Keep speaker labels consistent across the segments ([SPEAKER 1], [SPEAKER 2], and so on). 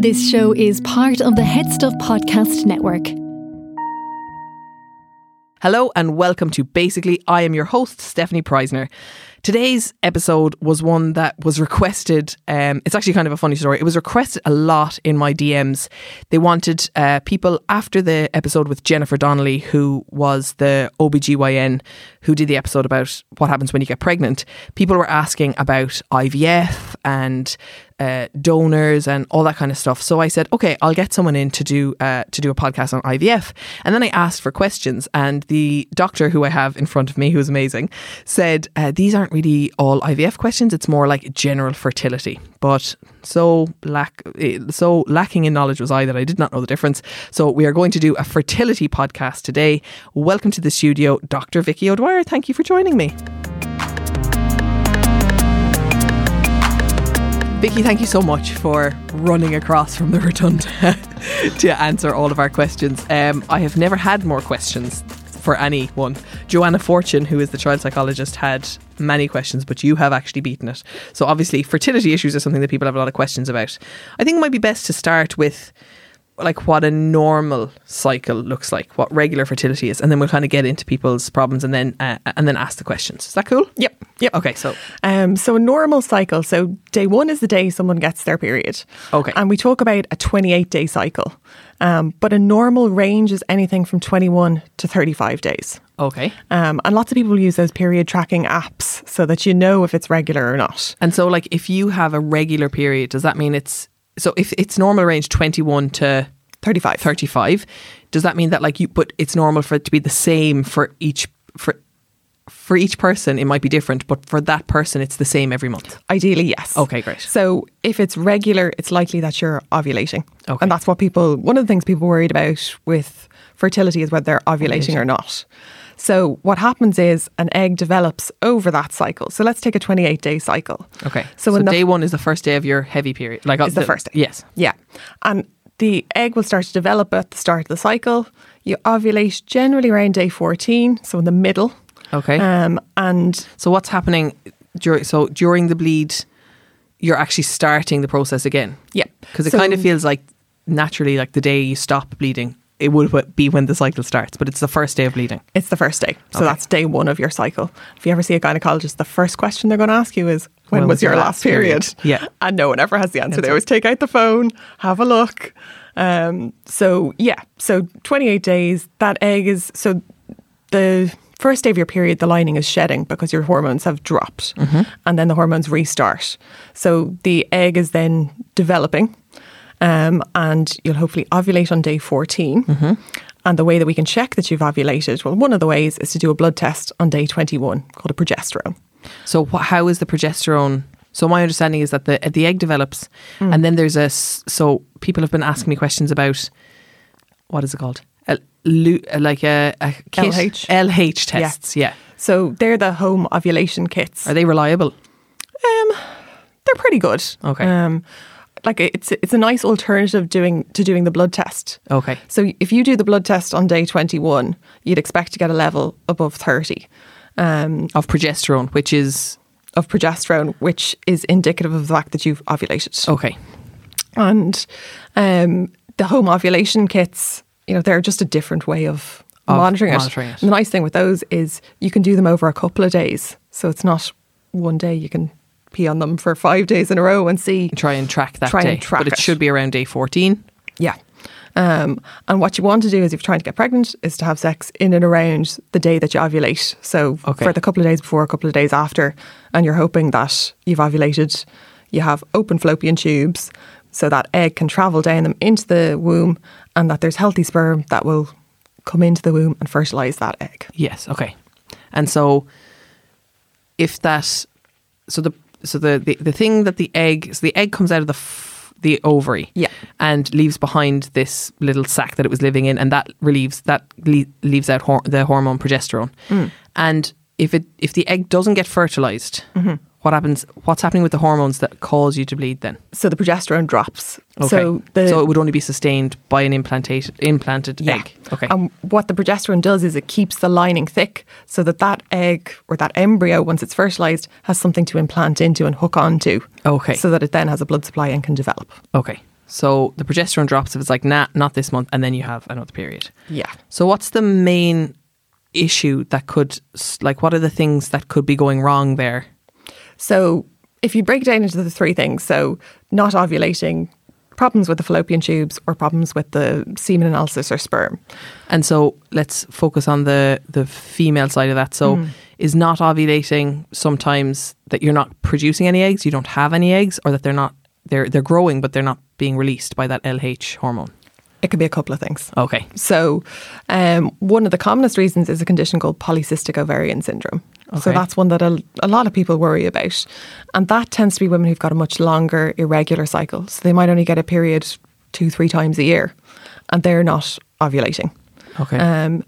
[SPEAKER 1] This show is part of the Head Stuff Podcast Network.
[SPEAKER 2] Hello and welcome to Basically. I am your host, Stephanie Preisner. Today's episode was one that was requested. Um, it's actually kind of a funny story. It was requested a lot in my DMs. They wanted uh, people after the episode with Jennifer Donnelly, who was the OBGYN who did the episode about what happens when you get pregnant. People were asking about IVF and uh, donors and all that kind of stuff. So I said, okay, I'll get someone in to do uh, to do a podcast on IVF. And then I asked for questions, and the doctor who I have in front of me, who's amazing, said uh, these aren't really all IVF questions. It's more like general fertility. But so lack so lacking in knowledge was I that I did not know the difference. So we are going to do a fertility podcast today. Welcome to the studio, Dr. Vicky O'Dwyer. Thank you for joining me. Vicky, thank you so much for running across from the rotunda to answer all of our questions. Um, I have never had more questions for anyone. Joanna Fortune, who is the child psychologist, had many questions, but you have actually beaten it. So obviously, fertility issues are something that people have a lot of questions about. I think it might be best to start with like what a normal cycle looks like, what regular fertility is, and then we'll kind of get into people's problems and then uh, and then ask the questions. Is that cool?
[SPEAKER 3] Yep. Yep.
[SPEAKER 2] Okay. So
[SPEAKER 3] Um, so a normal cycle. So day one is the day someone gets their period.
[SPEAKER 2] Okay.
[SPEAKER 3] And we talk about a 28 day cycle. Um, but a normal range is anything from 21 to 35 days.
[SPEAKER 2] okay.
[SPEAKER 3] Um, and lots of people use those period tracking apps so that you know if it's regular or not.
[SPEAKER 2] And so, like, if you have a regular period, does that mean it's so? If it's normal range twenty one to
[SPEAKER 3] 35.
[SPEAKER 2] thirty five, does that mean that like you? But it's normal for it to be the same for each for for each person. It might be different, but for that person, it's the same every month.
[SPEAKER 3] Ideally, yes.
[SPEAKER 2] Okay, great.
[SPEAKER 3] So if it's regular, it's likely that you're ovulating.
[SPEAKER 2] Okay.
[SPEAKER 3] And that's what people, one of the things people worried about with fertility is whether they're ovulating or not. So what happens is an egg develops over that cycle. So let's take a 28 day cycle.
[SPEAKER 2] Okay.
[SPEAKER 3] So,
[SPEAKER 2] So,
[SPEAKER 3] when the,
[SPEAKER 2] day one is the first day of your heavy period. Like uh,
[SPEAKER 3] is the, first day.
[SPEAKER 2] Yes.
[SPEAKER 3] Yeah. And the egg will start to develop at the start of the cycle. You ovulate generally around day 14, so in the middle.
[SPEAKER 2] Okay.
[SPEAKER 3] Um, and
[SPEAKER 2] so what's happening during? So during the bleed, you're actually starting the process again.
[SPEAKER 3] yeah.
[SPEAKER 2] Because it
[SPEAKER 3] So-
[SPEAKER 2] kind of feels like naturally, like the day you stop bleeding, it would w- be when the cycle starts, but it's the first day of bleeding.
[SPEAKER 3] It's the first day. So
[SPEAKER 2] Okay.
[SPEAKER 3] that's day one of your cycle. If you ever see a gynecologist, the first question they're going to ask you is, when, was, your last period?
[SPEAKER 2] Yeah.
[SPEAKER 3] And no one ever has the answer.
[SPEAKER 2] That's
[SPEAKER 3] They
[SPEAKER 2] it.
[SPEAKER 3] always take out the phone, have a look. Um, so, yeah. So, 28 days, that egg is. So, the first day of your period, the lining is shedding because your hormones have dropped. And then the hormones restart. So, the egg is then developing. Um, and you'll hopefully ovulate on day 14. And the way that we can check that you've ovulated, well, one of the ways is to do a blood test on day 21 called a progesterone.
[SPEAKER 2] So wh- how is the progesterone? So my understanding is that the the egg develops,
[SPEAKER 3] Mm.
[SPEAKER 2] and then there's a s- so people have been asking me questions about what is it called? A, lu- like a, a kit-
[SPEAKER 3] LH?
[SPEAKER 2] LH tests. Yeah.
[SPEAKER 3] So they're the home ovulation kits.
[SPEAKER 2] are they reliable?
[SPEAKER 3] They're pretty good.
[SPEAKER 2] Okay.
[SPEAKER 3] Um, like it's it's a nice alternative doing to doing the blood test.
[SPEAKER 2] Okay.
[SPEAKER 3] So if you do the blood test on day 21, you'd expect to get a level above 30 um,
[SPEAKER 2] Of progesterone, which is
[SPEAKER 3] of progesterone, which is indicative of the fact that you've ovulated.
[SPEAKER 2] okay.
[SPEAKER 3] and um, the home ovulation kits, you know, they're just a different way of,
[SPEAKER 2] Of
[SPEAKER 3] monitoring,
[SPEAKER 2] monitoring it.
[SPEAKER 3] And the nice thing with those is you can do them over a couple of days, so it's not one day you can pee on them for five days in a row and see.
[SPEAKER 2] Try and track that
[SPEAKER 3] Try
[SPEAKER 2] day,
[SPEAKER 3] and track
[SPEAKER 2] but it,
[SPEAKER 3] it.
[SPEAKER 2] should be around day fourteen.
[SPEAKER 3] Yeah. Um, and what you want to do is, if you're trying to get pregnant, is to have sex in and around the day that you ovulate. So
[SPEAKER 2] Okay.
[SPEAKER 3] for the couple of days before, a couple of days after, and you're hoping that you've ovulated, you have open fallopian tubes, so that egg can travel down them into the womb, and that there's healthy sperm that will come into the womb and fertilize that egg.
[SPEAKER 2] Yes. Okay. And so, if that, so the so the the, the thing that the egg so the egg comes out of the f- the ovary.
[SPEAKER 3] Yeah.
[SPEAKER 2] And leaves behind this little sac that it was living in, and that relieves that le- leaves out hor- the hormone progesterone.
[SPEAKER 3] Mm.
[SPEAKER 2] And if it if the egg doesn't get fertilized,
[SPEAKER 3] Mm-hmm.
[SPEAKER 2] what happens? What's happening with the hormones that cause you to bleed then?
[SPEAKER 3] So the progesterone drops. So the
[SPEAKER 2] so it would only be sustained by an implantation implanted egg. Okay.
[SPEAKER 3] And what the progesterone does is it keeps the lining thick so that that egg or that embryo, once it's fertilized, has something to implant into and hook onto.
[SPEAKER 2] Okay.
[SPEAKER 3] So that it then has a blood supply and can develop.
[SPEAKER 2] Okay. So the progesterone drops if it's like, nah, not this month, and then you have another period.
[SPEAKER 3] Yeah.
[SPEAKER 2] So what's the main issue that could, s- like, what are the things that could be going wrong there?
[SPEAKER 3] So if you break it down into the three things, so not ovulating, problems with the fallopian tubes, or problems with the semen analysis or sperm.
[SPEAKER 2] And so let's focus on the the female side of that. So is not ovulating sometimes that you're not producing any eggs, you don't have any eggs, or that they're not they're they're growing but they're not being released by that LH hormone.
[SPEAKER 3] It could be a couple of things.
[SPEAKER 2] Okay.
[SPEAKER 3] So, um, one of the commonest reasons is a condition called polycystic ovarian syndrome. So,
[SPEAKER 2] Okay.
[SPEAKER 3] that's one that a, a lot of people worry about. And that tends to be women who've got a much longer, irregular cycle. So, they might only get a period two, three times a year, and they're not ovulating.
[SPEAKER 2] Okay.
[SPEAKER 3] Um,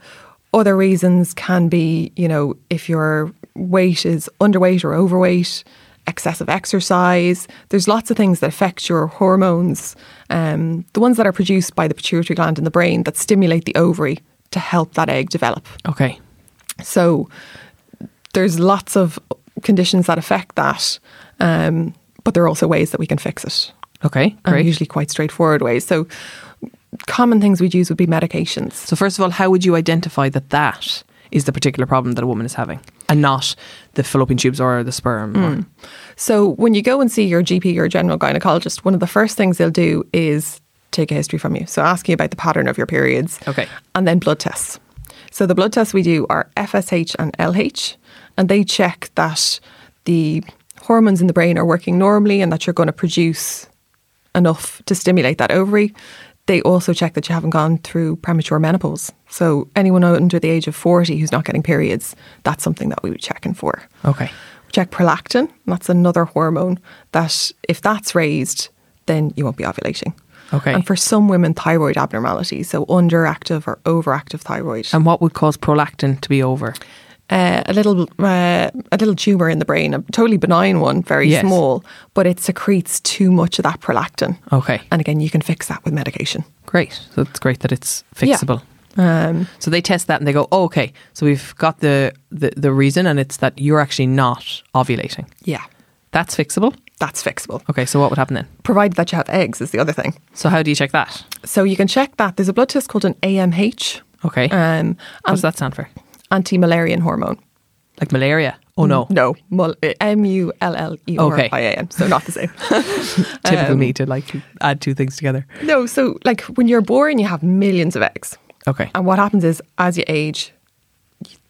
[SPEAKER 3] other reasons can be, you know, if your weight is underweight or overweight, excessive exercise. There's lots of things that affect your hormones. Um, the ones that are produced by the pituitary gland in the brain that stimulate the ovary to help that egg develop.
[SPEAKER 2] okay.
[SPEAKER 3] So there's lots of conditions that affect that, um, but there are also ways that we can fix it.
[SPEAKER 2] Okay.
[SPEAKER 3] And
[SPEAKER 2] Great.
[SPEAKER 3] usually quite straightforward ways. So common things we'd use would be medications.
[SPEAKER 2] So first of all, how would you identify that that is the particular problem that a woman is having and not the fallopian tubes or the sperm? or-
[SPEAKER 3] So when you go and see your GP or general gynecologist, one of the first things they'll do is take a history from you. So ask you about the pattern of your periods.
[SPEAKER 2] Okay.
[SPEAKER 3] And then blood tests. So the blood tests we do are FSH and LH, and they check that the hormones in the brain are working normally and that you're going to produce enough to stimulate that ovary. They also check that you haven't gone through premature menopause. So anyone under the age of 40 who's not getting periods, that's something that we would check in for.
[SPEAKER 2] Okay.
[SPEAKER 3] Check prolactin. and That's another hormone that, if that's raised, then you won't be ovulating.
[SPEAKER 2] Okay.
[SPEAKER 3] And for some women, thyroid abnormalities, so underactive or overactive thyroid,
[SPEAKER 2] And what would cause prolactin to be over?
[SPEAKER 3] uh, a little uh, a little tumor in the brain, a totally benign one, very
[SPEAKER 2] Yes.
[SPEAKER 3] small, but it secretes too much of that prolactin.
[SPEAKER 2] Okay.
[SPEAKER 3] And again, you can fix that with medication.
[SPEAKER 2] Great. So it's great that it's fixable.
[SPEAKER 3] Um,
[SPEAKER 2] So they test that and they go, oh, okay, so we've got the, the, the reason and it's that you're actually not ovulating.
[SPEAKER 3] yeah,
[SPEAKER 2] That's fixable.
[SPEAKER 3] that's fixable,
[SPEAKER 2] Okay, so what would happen then?
[SPEAKER 3] provided that you have eggs is the other thing.
[SPEAKER 2] So how do you check that?
[SPEAKER 3] So you can check that. There's a blood test called an AMH,
[SPEAKER 2] Okay.
[SPEAKER 3] um,
[SPEAKER 2] what does that stand for?
[SPEAKER 3] anti-malarian hormone.
[SPEAKER 2] Like malaria? Oh, no.
[SPEAKER 3] No, mul- M U L L E R I A N. So not the same.
[SPEAKER 2] Typical me to like add two things together.
[SPEAKER 3] no, so like when you're born, you have millions of eggs.
[SPEAKER 2] Okay.
[SPEAKER 3] And what happens is as you age,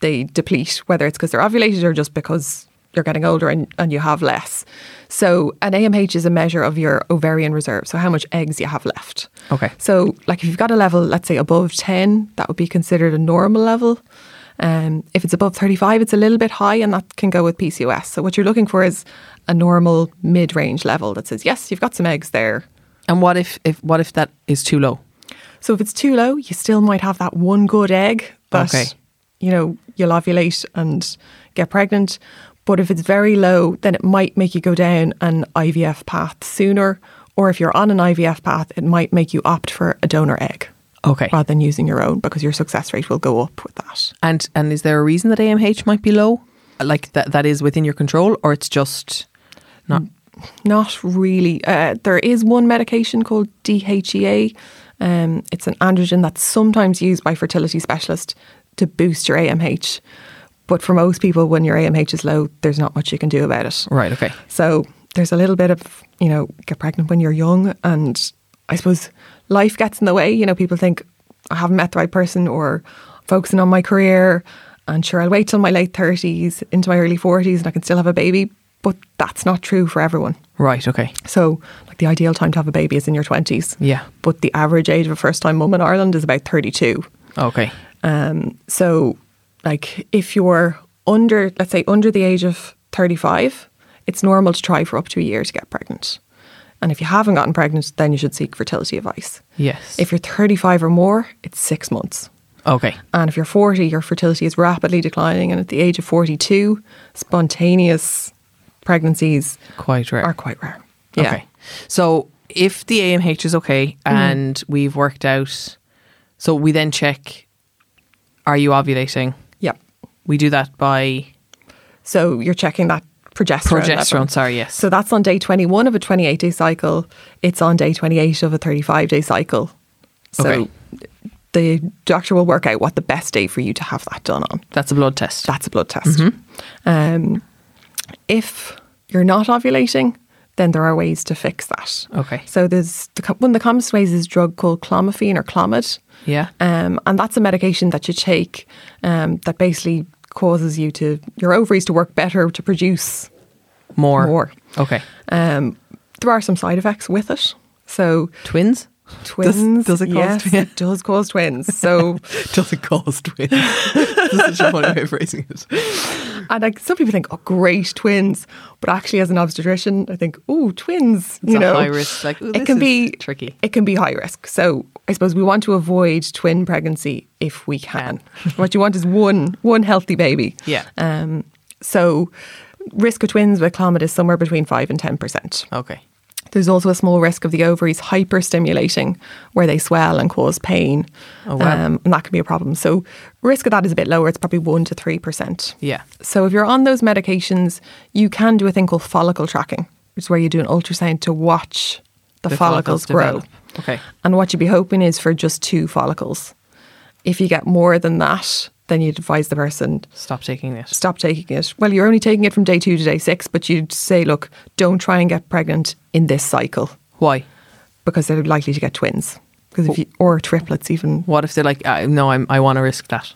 [SPEAKER 3] they deplete, whether it's because they're ovulated or just because you're getting older and, and you have less. So an AMH is a measure of your ovarian reserve, so how much eggs you have left.
[SPEAKER 2] Okay.
[SPEAKER 3] So like if you've got a level, let's say above 10, that would be considered a normal level. Um, if it's above 35, it's a little bit high and that can go with PCOS. So what you're looking for is a normal mid-range level that says, yes, you've got some eggs there.
[SPEAKER 2] And what if, if what if that is too low?
[SPEAKER 3] So if it's too low, you still might have that one good egg, but
[SPEAKER 2] Okay.
[SPEAKER 3] you know, you'll ovulate and get pregnant. But if it's very low, then it might make you go down an IVF path sooner. Or if you're on an IVF path, it might make you opt for a donor egg
[SPEAKER 2] Okay.
[SPEAKER 3] rather than using your own because your success rate will go up with that.
[SPEAKER 2] And and is there a reason that AMH might be low? Like that that is within your control or it's just not
[SPEAKER 3] Not really. Uh, there is one medication called DHEA. Um, it's an androgen that's sometimes used by fertility specialists to boost your AMH. But for most people, when your AMH is low, there's not much you can do about it.
[SPEAKER 2] right, okay.
[SPEAKER 3] So there's a little bit of, you know, get pregnant when you're young. And I suppose life gets in the way. You know, people think, I haven't met the right person or focusing on my career. And sure, I'll wait till my late 30s into my early 40s and I can still have a baby. But that's not true for everyone.
[SPEAKER 2] Right, okay.
[SPEAKER 3] So, like the ideal time to have a baby is in your 20s.
[SPEAKER 2] Yeah.
[SPEAKER 3] But the average age of a first time mum in Ireland is about 32.
[SPEAKER 2] Okay.
[SPEAKER 3] Um, so, like, if you're under, let's say, under the age of 35, it's normal to try for up to a year to get pregnant. And if you haven't gotten pregnant, then you should seek fertility advice.
[SPEAKER 2] Yes.
[SPEAKER 3] If you're 35 or more, it's six months.
[SPEAKER 2] okay.
[SPEAKER 3] And if you're 40, your fertility is rapidly declining. And at the age of 42, spontaneous pregnancies
[SPEAKER 2] Quite rare.
[SPEAKER 3] are quite rare. Yeah.
[SPEAKER 2] Okay. So if the AMH is okay and we've worked out, so we then check, are you ovulating?
[SPEAKER 3] Yep.
[SPEAKER 2] We do that by,
[SPEAKER 3] So you're checking that progesterone. level.
[SPEAKER 2] Progesterone, sorry, yes.
[SPEAKER 3] So that's on day 21 of a 28 day cycle. It's on day 28 of a 35 day cycle. So
[SPEAKER 2] Okay.
[SPEAKER 3] the doctor will work out what the best day for you to have that done on.
[SPEAKER 2] That's a blood test.
[SPEAKER 3] That's a blood test.
[SPEAKER 2] Mm-hmm.
[SPEAKER 3] Um, if you're not ovulating, then there are ways to fix that.
[SPEAKER 2] Okay.
[SPEAKER 3] So there's the, co- one of the commonest ways is a drug called clomiphene or Clomid.
[SPEAKER 2] Yeah.
[SPEAKER 3] Um, and that's a medication that you take um, that basically causes you to your ovaries to work better to produce
[SPEAKER 2] More.
[SPEAKER 3] more.
[SPEAKER 2] Okay.
[SPEAKER 3] Um, there are some side effects with it. So
[SPEAKER 2] Twins?
[SPEAKER 3] twins,
[SPEAKER 2] does it cause
[SPEAKER 3] yes,
[SPEAKER 2] twin-
[SPEAKER 3] it does cause twins. So
[SPEAKER 2] Does it cause twins? That's such a funny way of phrasing it.
[SPEAKER 3] and like some people think, oh, great twins, but actually, as an obstetrician, I think, oh, twins. you
[SPEAKER 2] a
[SPEAKER 3] know,
[SPEAKER 2] high risk, like, "Ooh,
[SPEAKER 3] it
[SPEAKER 2] this
[SPEAKER 3] can
[SPEAKER 2] is
[SPEAKER 3] be
[SPEAKER 2] tricky."
[SPEAKER 3] It can be high risk. So I suppose we want to avoid twin pregnancy if we can. what you want is one one healthy baby.
[SPEAKER 2] Yeah.
[SPEAKER 3] Um. So risk of twins with clomid is somewhere between five and ten percent.
[SPEAKER 2] Okay.
[SPEAKER 3] There's also a small risk of the ovaries hyperstimulating, where they swell and cause pain. Um,
[SPEAKER 2] Oh, wow.
[SPEAKER 3] and that can be a problem. So, risk of that is a bit lower. It's probably 1% to 3%.
[SPEAKER 2] Yeah.
[SPEAKER 3] So, if you're on those medications, you can do a thing called follicle tracking, which is where you do an ultrasound to watch the, follicles, grow.
[SPEAKER 2] develop. Okay.
[SPEAKER 3] And what you'd be hoping is for just two follicles. If you get more than that, then you'd advise the person
[SPEAKER 2] Stop taking this.
[SPEAKER 3] stop taking it. Well, you're only taking it from day two to day six, but you'd say, look, don't try and get pregnant in this cycle
[SPEAKER 2] Why?
[SPEAKER 3] because they're likely to get twins. Because if you, or triplets, even
[SPEAKER 2] What if they're like, uh, no, I'm, I want to risk that?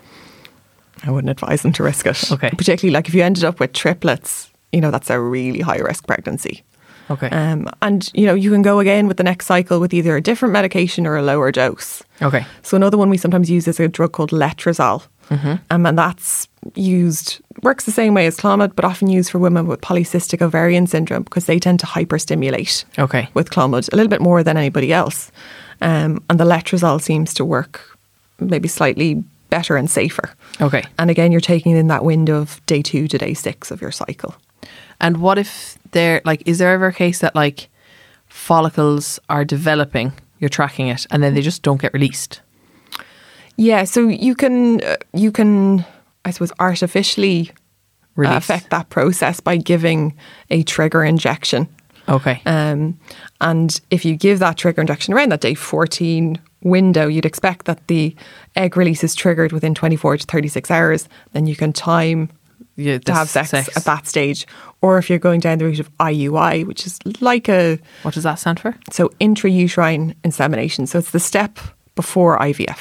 [SPEAKER 3] I wouldn't advise them to risk it.
[SPEAKER 2] Okay.
[SPEAKER 3] particularly like if you ended up with triplets, you know that's a really high risk pregnancy.
[SPEAKER 2] Okay.
[SPEAKER 3] Um, and you know you can go again with the next cycle with either a different medication or a lower dose.
[SPEAKER 2] okay.
[SPEAKER 3] So another one we sometimes use is a drug called letrozole, um, and that's used works the same way as Clomid, but often used for women with polycystic ovarian syndrome because they tend to hyperstimulate
[SPEAKER 2] Okay.
[SPEAKER 3] with Clomid a little bit more than anybody else, um, and the letrozole seems to work maybe slightly better and safer.
[SPEAKER 2] Okay.
[SPEAKER 3] And again, you're taking it in that window of day two to day six of your cycle.
[SPEAKER 2] And what if they're like, is there ever a case that like follicles are developing, you're tracking it, and then they just don't get released?
[SPEAKER 3] Yeah, so you can uh, you can I suppose artificially uh,
[SPEAKER 2] Release.
[SPEAKER 3] affect that process by giving a trigger injection.
[SPEAKER 2] Okay.
[SPEAKER 3] Um, and if you give that trigger injection around that day 14 window, you'd expect that the egg release is triggered within 24 to 36 hours. Then you can time
[SPEAKER 2] Yeah,
[SPEAKER 3] to
[SPEAKER 2] the
[SPEAKER 3] have sex, at that stage. Or if you're going down the route of IUI, which is like a
[SPEAKER 2] What does that stand for?
[SPEAKER 3] so intrauterine insemination. So it's the step before IVF.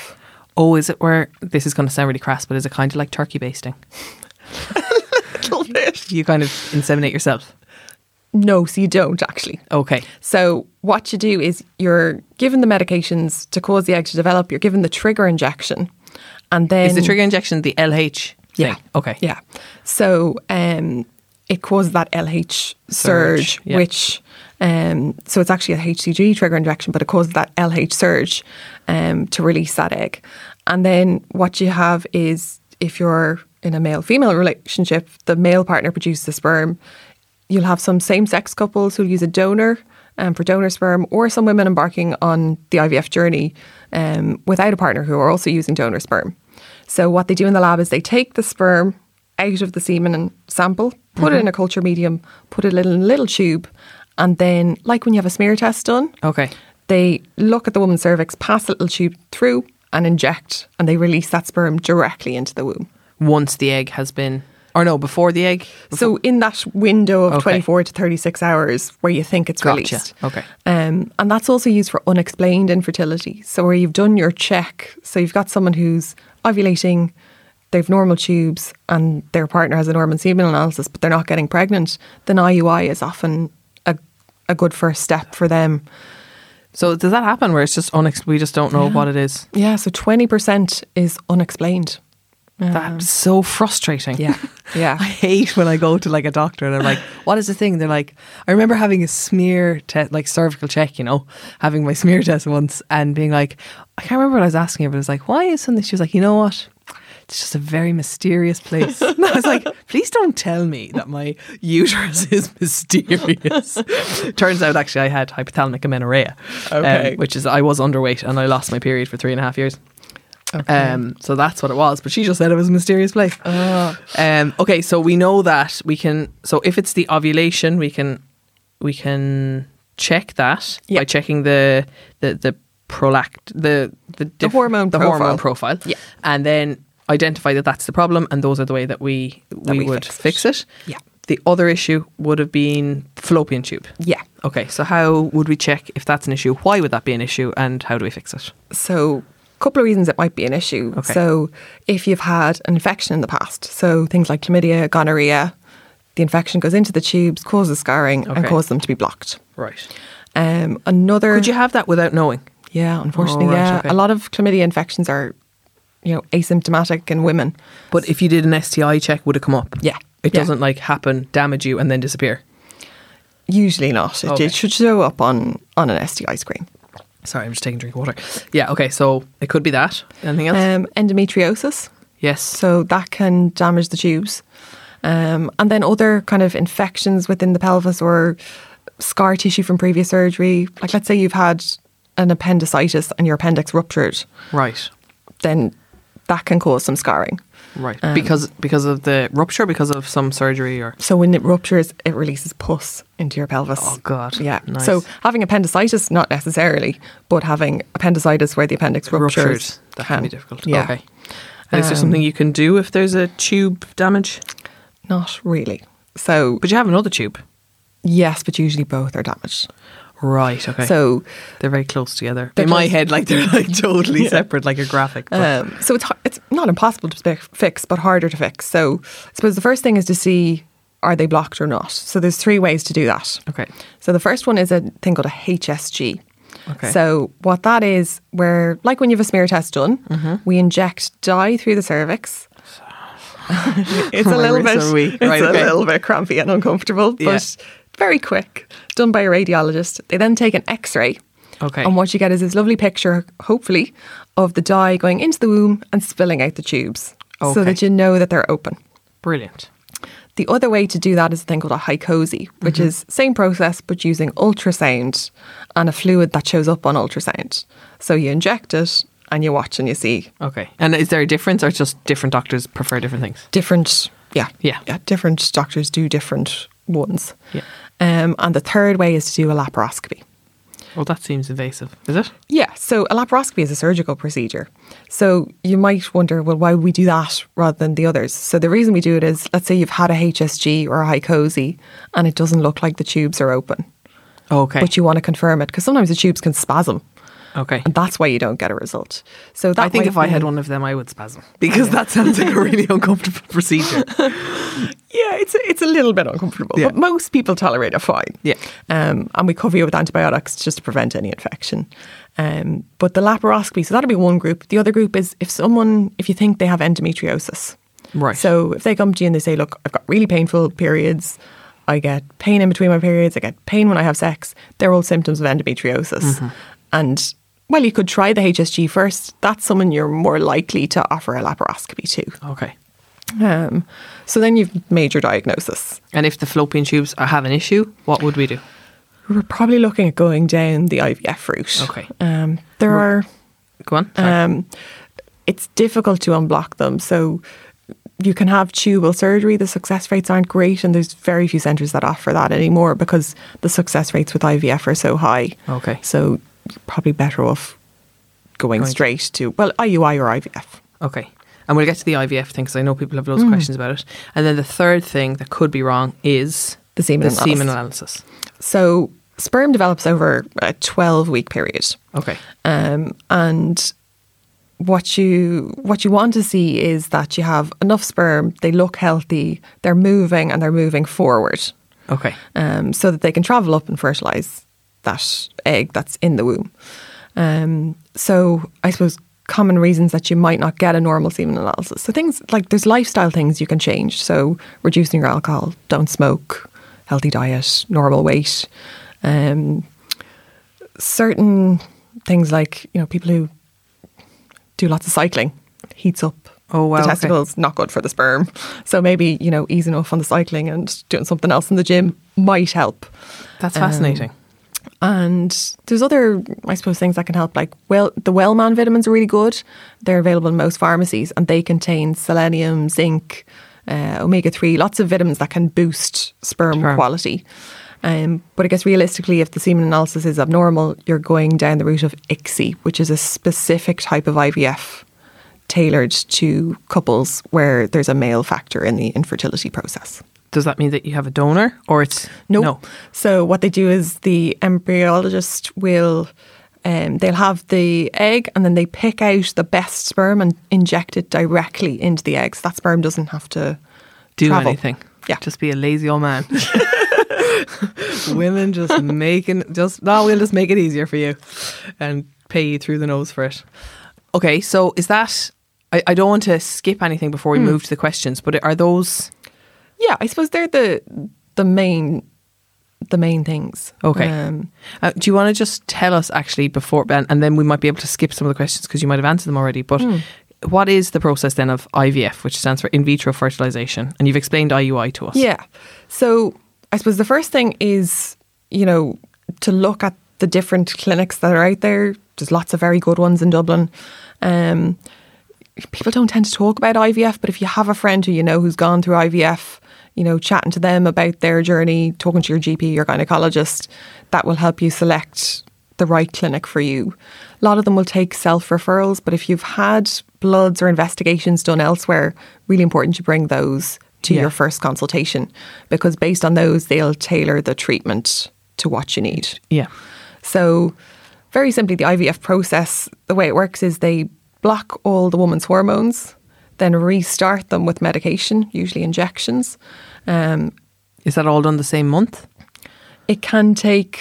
[SPEAKER 2] Oh, is it where this is going to sound really crass, but is it kind of like turkey basting? You kind of inseminate yourself.
[SPEAKER 3] No, so you don't actually.
[SPEAKER 2] Okay.
[SPEAKER 3] So what you do is you're given the medications to cause the egg to develop. You're given the trigger injection, and then
[SPEAKER 2] Is the trigger injection the LH?
[SPEAKER 3] Yeah.
[SPEAKER 2] Thing? Okay.
[SPEAKER 3] Yeah. So um, it causes that LH surge,
[SPEAKER 2] Surge, yeah.
[SPEAKER 3] which um, so it's actually a HCG trigger injection, but it causes that LH surge um, to release that egg. And then what you have is if you're in a male-female relationship, the male partner produces the sperm. You'll have some same-sex couples who'll use a donor um, for donor sperm, or some women embarking on the IVF journey um, without a partner who are also using donor sperm. So what they do in the lab is they take the sperm out of the semen and sample, put it in a culture medium, put it in a little tube, and then like when you have a smear test done,
[SPEAKER 2] Okay.
[SPEAKER 3] they look at the woman's cervix, pass a little tube through, and inject, and they release that sperm directly into the womb.
[SPEAKER 2] Once the egg has been, or no, before the egg.
[SPEAKER 3] So in that window of
[SPEAKER 2] Okay.
[SPEAKER 3] 24 to 36 hours where you think it's
[SPEAKER 2] Gotcha.
[SPEAKER 3] released.
[SPEAKER 2] Okay.
[SPEAKER 3] Um, and that's also used for unexplained infertility. So where you've done your check, so you've got someone who's ovulating, they've normal tubes and their partner has a normal semen analysis but they're not getting pregnant, then IUI is often a, a good first step for them.
[SPEAKER 2] So does that happen where it's just unex? We just don't know what it is.
[SPEAKER 3] Yeah, so 20% is unexplained.
[SPEAKER 2] That's so frustrating.
[SPEAKER 3] Mm-hmm. Yeah. Yeah.
[SPEAKER 2] I hate when I go to like a doctor and I'm like, what is the thing? They're like, I remember having a smear test, like cervical check, you know, having my smear test once and being like, I can't remember what I was asking her, but it was like, why is something? She was like, you know what? It's just a very mysterious place. And I was like, please don't tell me that my uterus is mysterious. Turns out actually I had hypothalamic amenorrhea, um,
[SPEAKER 3] Okay.
[SPEAKER 2] which is I was underweight and I lost my period for three and a half years. Um, so that's what it was. But she just said it was a mysterious place. Um, okay, so we know that we can. So if it's the ovulation, we can we can check that
[SPEAKER 3] Yeah.
[SPEAKER 2] by checking the the the prolact the the, diff-
[SPEAKER 3] hormone
[SPEAKER 2] the
[SPEAKER 3] profile.
[SPEAKER 2] hormone profile.
[SPEAKER 3] Yeah.
[SPEAKER 2] and then identify that that's the problem, and those are the way that we we,
[SPEAKER 3] we
[SPEAKER 2] would
[SPEAKER 3] fix
[SPEAKER 2] fix it.
[SPEAKER 3] Yeah.
[SPEAKER 2] The other issue would have been fallopian tube.
[SPEAKER 3] Yeah.
[SPEAKER 2] Okay, so how would we check if that's an issue? Why would that be an issue, and how do we fix it?
[SPEAKER 3] So, a couple of reasons it might be an issue.
[SPEAKER 2] Okay.
[SPEAKER 3] So, if you've had an infection in the past, so things like chlamydia, gonorrhea, the infection goes into the tubes, causes scarring, and
[SPEAKER 2] Okay.
[SPEAKER 3] causes them to be blocked.
[SPEAKER 2] Right.
[SPEAKER 3] Um, another,
[SPEAKER 2] Could you have that without knowing?
[SPEAKER 3] yeah, unfortunately,
[SPEAKER 2] Oh, right,
[SPEAKER 3] yeah,
[SPEAKER 2] okay.
[SPEAKER 3] a lot of chlamydia infections are, you know, asymptomatic in women.
[SPEAKER 2] But if you did an STI check, would it come up?
[SPEAKER 3] Yeah.
[SPEAKER 2] It
[SPEAKER 3] Yeah.
[SPEAKER 2] doesn't like happen, damage you, and then disappear.
[SPEAKER 3] Usually not. It,
[SPEAKER 2] Okay.
[SPEAKER 3] it should show up on on an STI screen.
[SPEAKER 2] Sorry, I'm just taking a drink of water. Yeah, okay, so it could be that. Anything else?
[SPEAKER 3] Um, endometriosis.
[SPEAKER 2] yes.
[SPEAKER 3] so that can damage the tubes. Um, and then other kind of infections within the pelvis or scar tissue from previous surgery. Like, let's say you've had an appendicitis and your appendix ruptured,
[SPEAKER 2] right.
[SPEAKER 3] then that can cause some scarring.
[SPEAKER 2] Right.
[SPEAKER 3] um,
[SPEAKER 2] because because of the rupture, because of some surgery or
[SPEAKER 3] So when it ruptures, it releases pus into your pelvis.
[SPEAKER 2] Oh, God.
[SPEAKER 3] Yeah.
[SPEAKER 2] Nice.
[SPEAKER 3] So having appendicitis, not necessarily, but having appendicitis where the appendix ruptures,
[SPEAKER 2] ruptured. That can, be difficult.
[SPEAKER 3] Yeah. Um,
[SPEAKER 2] Okay. And is there something you can do if there's a tube damage?
[SPEAKER 3] Not really. So
[SPEAKER 2] But you have another tube.
[SPEAKER 3] yes, but usually both are damaged.
[SPEAKER 2] Right, okay.
[SPEAKER 3] So
[SPEAKER 2] they're very close together.
[SPEAKER 3] They're
[SPEAKER 2] In my
[SPEAKER 3] close.
[SPEAKER 2] head, like they're like totally separate, like a graphic. but-
[SPEAKER 3] Um, so it's har- it's not impossible to fi- fix, but harder to fix. So I suppose the first thing is to see are they blocked or not. So there's three ways to do that.
[SPEAKER 2] okay.
[SPEAKER 3] So the first one is a thing called a HSG.
[SPEAKER 2] Okay.
[SPEAKER 3] So what that is, where like when you have a smear test done,
[SPEAKER 2] Mm-hmm.
[SPEAKER 3] we inject dye through the cervix. it's a
[SPEAKER 2] My
[SPEAKER 3] little bit,
[SPEAKER 2] wrists are weak.
[SPEAKER 3] it's
[SPEAKER 2] Right,
[SPEAKER 3] a
[SPEAKER 2] okay.
[SPEAKER 3] little bit crampy and uncomfortable,
[SPEAKER 2] Yeah.
[SPEAKER 3] but very quick. Done by a radiologist. They then take an X-ray.
[SPEAKER 2] Okay.
[SPEAKER 3] And what you get is this lovely picture, hopefully, of the dye going into the womb and spilling out the tubes, so
[SPEAKER 2] Okay.
[SPEAKER 3] that you know that they're open.
[SPEAKER 2] Brilliant.
[SPEAKER 3] The other way to do that is a thing called a hycosi, which
[SPEAKER 2] Mm-hmm.
[SPEAKER 3] is same process but using ultrasound and a fluid that shows up on ultrasound. So you inject it and you watch and you see
[SPEAKER 2] Okay. And is there a difference or it's just different doctors prefer different things?
[SPEAKER 3] different yeah.
[SPEAKER 2] Yeah.
[SPEAKER 3] Yeah. Different doctors do different ones.
[SPEAKER 2] Yeah.
[SPEAKER 3] Um, and the third way is to do a laparoscopy.
[SPEAKER 2] Well, that seems invasive, is it?
[SPEAKER 3] Yeah, so a laparoscopy is a surgical procedure. So you might wonder, well, why would we do that rather than the others? So the reason we do it is, let's say you've had a HSG or a hycosi and it doesn't look like the tubes are open,
[SPEAKER 2] Okay.
[SPEAKER 3] but you want to confirm it because sometimes the tubes can spasm
[SPEAKER 2] okay.
[SPEAKER 3] and that's why you don't get a result. So that
[SPEAKER 2] I think
[SPEAKER 3] might
[SPEAKER 2] if I had
[SPEAKER 3] mean-
[SPEAKER 2] one of them, I would spasm because that sounds like a really uncomfortable procedure.
[SPEAKER 3] yeah, it's a, it's a little bit uncomfortable,
[SPEAKER 2] Yeah.
[SPEAKER 3] but most people tolerate it fine.
[SPEAKER 2] Yeah.
[SPEAKER 3] um, and we cover you with antibiotics just to prevent any infection. Um, but the laparoscopy, so that'll be one group. The other group is if someone, if you think they have endometriosis,
[SPEAKER 2] Right.
[SPEAKER 3] So if they come to you and they say, "Look, I've got really painful periods." I get pain in between my periods. I get pain when I have sex. They're all symptoms of endometriosis.
[SPEAKER 2] Mm-hmm.
[SPEAKER 3] And well, you could try the HSG first. That's someone you're more likely to offer a laparoscopy to.
[SPEAKER 2] Okay.
[SPEAKER 3] Um, so then you've made your diagnosis.
[SPEAKER 2] And if the fallopian tubes are- have an issue, what would we do?
[SPEAKER 3] We're probably looking at going down the IVF route.
[SPEAKER 2] Okay.
[SPEAKER 3] Um, there are.
[SPEAKER 2] Go on. Sorry.
[SPEAKER 3] Um, it's difficult to unblock them. So you can have tubal surgery. The success rates aren't great, and there's very few centres that offer that anymore because the success rates with IVF are so high.
[SPEAKER 2] Okay.
[SPEAKER 3] So you're probably better off going,
[SPEAKER 2] Going-
[SPEAKER 3] straight to well IUI or IVF.
[SPEAKER 2] okay. And we'll get to the IVF thing because I know people have loads of questions about it. And then the third thing that could be wrong is
[SPEAKER 3] The semen analysis.
[SPEAKER 2] semen analysis.
[SPEAKER 3] So sperm develops over a 12 week period.
[SPEAKER 2] Okay.
[SPEAKER 3] Um, and what you what you want to see is that you have enough sperm. They look healthy. They're moving and they're moving forward,
[SPEAKER 2] Okay.
[SPEAKER 3] um, so that they can travel up and fertilize that egg that's in the womb. Um, so I suppose common reasons that you might not get a normal semen analysis. So things like there's lifestyle things you can change. So reducing your alcohol, don't smoke, healthy diet, normal weight. Um, certain things like you know people who do lots of cycling heats up
[SPEAKER 2] Oh, wow,
[SPEAKER 3] the
[SPEAKER 2] okay.
[SPEAKER 3] testicles not good for the sperm so maybe you know easing off on the cycling and doing something else in the gym might help Um,
[SPEAKER 2] That's fascinating.
[SPEAKER 3] And there's other, I suppose, things that can help. Like well, the Wellman vitamins are really good. They're available in most pharmacies, and they contain selenium, zinc, uh, omega three, lots of vitamins that can boost sperm
[SPEAKER 2] Sure.
[SPEAKER 3] quality. Um, but I guess realistically, if the semen analysis is abnormal, you're going down the route of ICSI, which is a specific type of IVF tailored to couples where there's a male factor in the infertility process.
[SPEAKER 2] Does that mean that you have a donor or it's
[SPEAKER 3] No.
[SPEAKER 2] no?
[SPEAKER 3] So what they do is the embryologist will um, they'll have the egg and then they pick out the best sperm and inject it directly into the egg. So that sperm doesn't have to
[SPEAKER 2] Do
[SPEAKER 3] travel.
[SPEAKER 2] anything?
[SPEAKER 3] Yeah.
[SPEAKER 2] just be a lazy old man. Women just making just no, we'll just make it easier for you and pay you through the nose for it. Okay, so is that? I, I don't want to skip anything before we move to the questions, but are those
[SPEAKER 3] Yeah, I suppose they're the the main the main things. Um,
[SPEAKER 2] Okay. Uh, do you want to just tell us actually before and, and then we might be able to skip some of the questions because you might have answered them already. But what is the process then of IVF, which stands for in vitro fertilization? And you've explained IUI to us.
[SPEAKER 3] Yeah. So I suppose the first thing is, you know, to look at the different clinics that are out there. There's lots of very good ones in Dublin. Um, people don't tend to talk about IVF, but if you have a friend who you know who's gone through IVF, you know, chatting to them about their journey, talking to your GP, your gynecologist, that will help you select the right clinic for you. A lot of them will take self referrals, but if you've had bloods or investigations done elsewhere, really important to bring those to
[SPEAKER 2] Yeah.
[SPEAKER 3] your first consultation because based on those, they'll tailor the treatment to what you need.
[SPEAKER 2] Yeah.
[SPEAKER 3] So, very simply, the IVF process, the way it works is they block all the woman's hormones, then restart them with medication, usually injections. Um,
[SPEAKER 2] Is that all done the same month?
[SPEAKER 3] it can take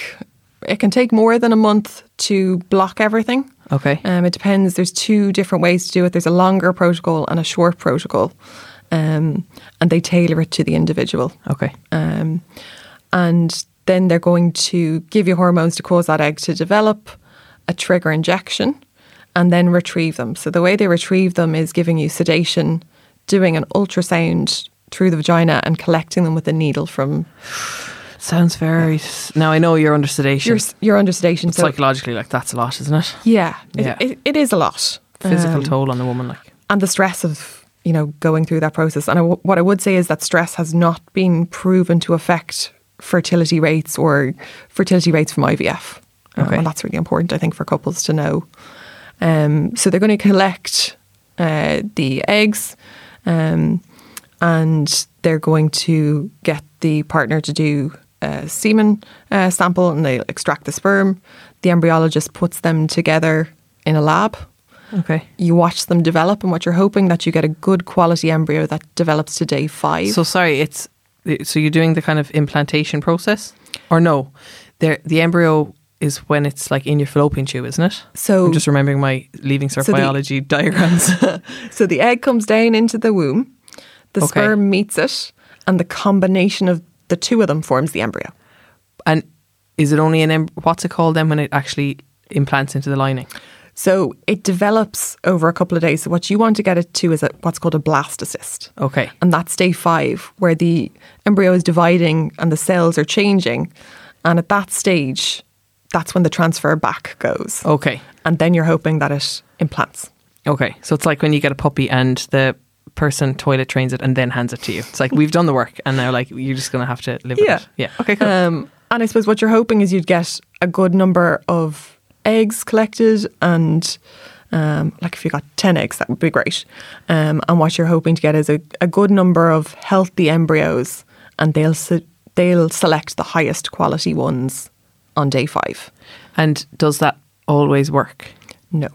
[SPEAKER 3] it can take more than a month to block everything.
[SPEAKER 2] Okay.
[SPEAKER 3] Um, it depends. There's two different ways to do it. There's a longer protocol and a short protocol, um, and they tailor it to the individual.
[SPEAKER 2] okay.
[SPEAKER 3] Um, and then they're going to give you hormones to cause that egg to develop, a trigger injection, and then retrieve them. So the way they retrieve them is giving you sedation, doing an ultrasound through the vagina, and collecting them with a needle from
[SPEAKER 2] Sounds very. s Now I know you're under sedation.
[SPEAKER 3] your your under sedation.
[SPEAKER 2] but psychologically, like that's a lot, isn't it?
[SPEAKER 3] yeah, it,
[SPEAKER 2] Yeah.
[SPEAKER 3] It, it is a lot.
[SPEAKER 2] Physical
[SPEAKER 3] Um,
[SPEAKER 2] toll on the woman, like.
[SPEAKER 3] and the stress of you know going through that process and I w- what i would say is that stress has not been proven to affect fertility rates or fertility rates from ivf Um,
[SPEAKER 2] Okay.
[SPEAKER 3] and that's really important i think for couples to know um, so they're going to collect uh, the eggs um, and they're going to get the partner to do a semen uh, sample and they extract the sperm the embryologist puts them together in a lab
[SPEAKER 2] Okay.
[SPEAKER 3] you watch them develop and what you're hoping that you get a good quality embryo that develops to day five.
[SPEAKER 2] So sorry, it's so you're doing the kind of implantation process, or no? There, the embryo is when it's like in your fallopian tube, isn't it?
[SPEAKER 3] So-
[SPEAKER 2] I'm just remembering my leaving cert
[SPEAKER 3] So the-
[SPEAKER 2] biology diagrams.
[SPEAKER 3] So the egg comes down into the womb, the
[SPEAKER 2] Okay.
[SPEAKER 3] sperm meets it, and the combination of the two of them forms the embryo.
[SPEAKER 2] and is it only an em- what's it called then when it actually implants into the lining?
[SPEAKER 3] So it develops over a couple of days. So what you want to get it to is a, what's called a blastocyst.
[SPEAKER 2] Okay.
[SPEAKER 3] And that's day five, where the embryo is dividing and the cells are changing. And at that stage, that's when the transfer back goes.
[SPEAKER 2] Okay.
[SPEAKER 3] And then you're hoping that it implants.
[SPEAKER 2] Okay. So it's like when you get a puppy and the person toilet trains it and then hands it to you. It's like we've done the work and now like you're just gonna have to live
[SPEAKER 3] Yeah.
[SPEAKER 2] with it. Yeah. Okay. Cool.
[SPEAKER 3] Um, and I suppose what you're hoping is you'd get a good number of eggs collected, and um, like if you got 10 eggs, that would be great. Um, and what you're hoping to get is a, a good number of healthy embryos, and they'll, se- they'll select the highest quality ones on day five.
[SPEAKER 2] and does that always work?
[SPEAKER 3] No.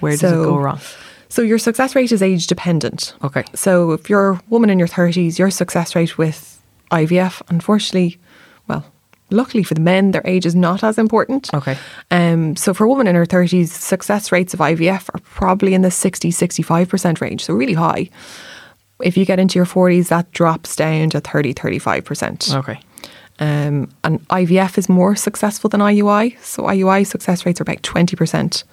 [SPEAKER 2] Where does it
[SPEAKER 3] So-
[SPEAKER 2] go wrong?
[SPEAKER 3] So your success rate is age dependent.
[SPEAKER 2] Okay.
[SPEAKER 3] So if you're a woman in your 30s, your success rate with IVF, unfortunately, well, luckily for the men, their age is not as important.
[SPEAKER 2] Okay.
[SPEAKER 3] Um, so for a woman in her 30s, success rates of IVF are probably in the 60, 65% range, so really high. If you get into your 40s, that drops down to 30, 35%.
[SPEAKER 2] Okay.
[SPEAKER 3] Um, and IVF is more successful than IUI. So IUI success rates are about 20%.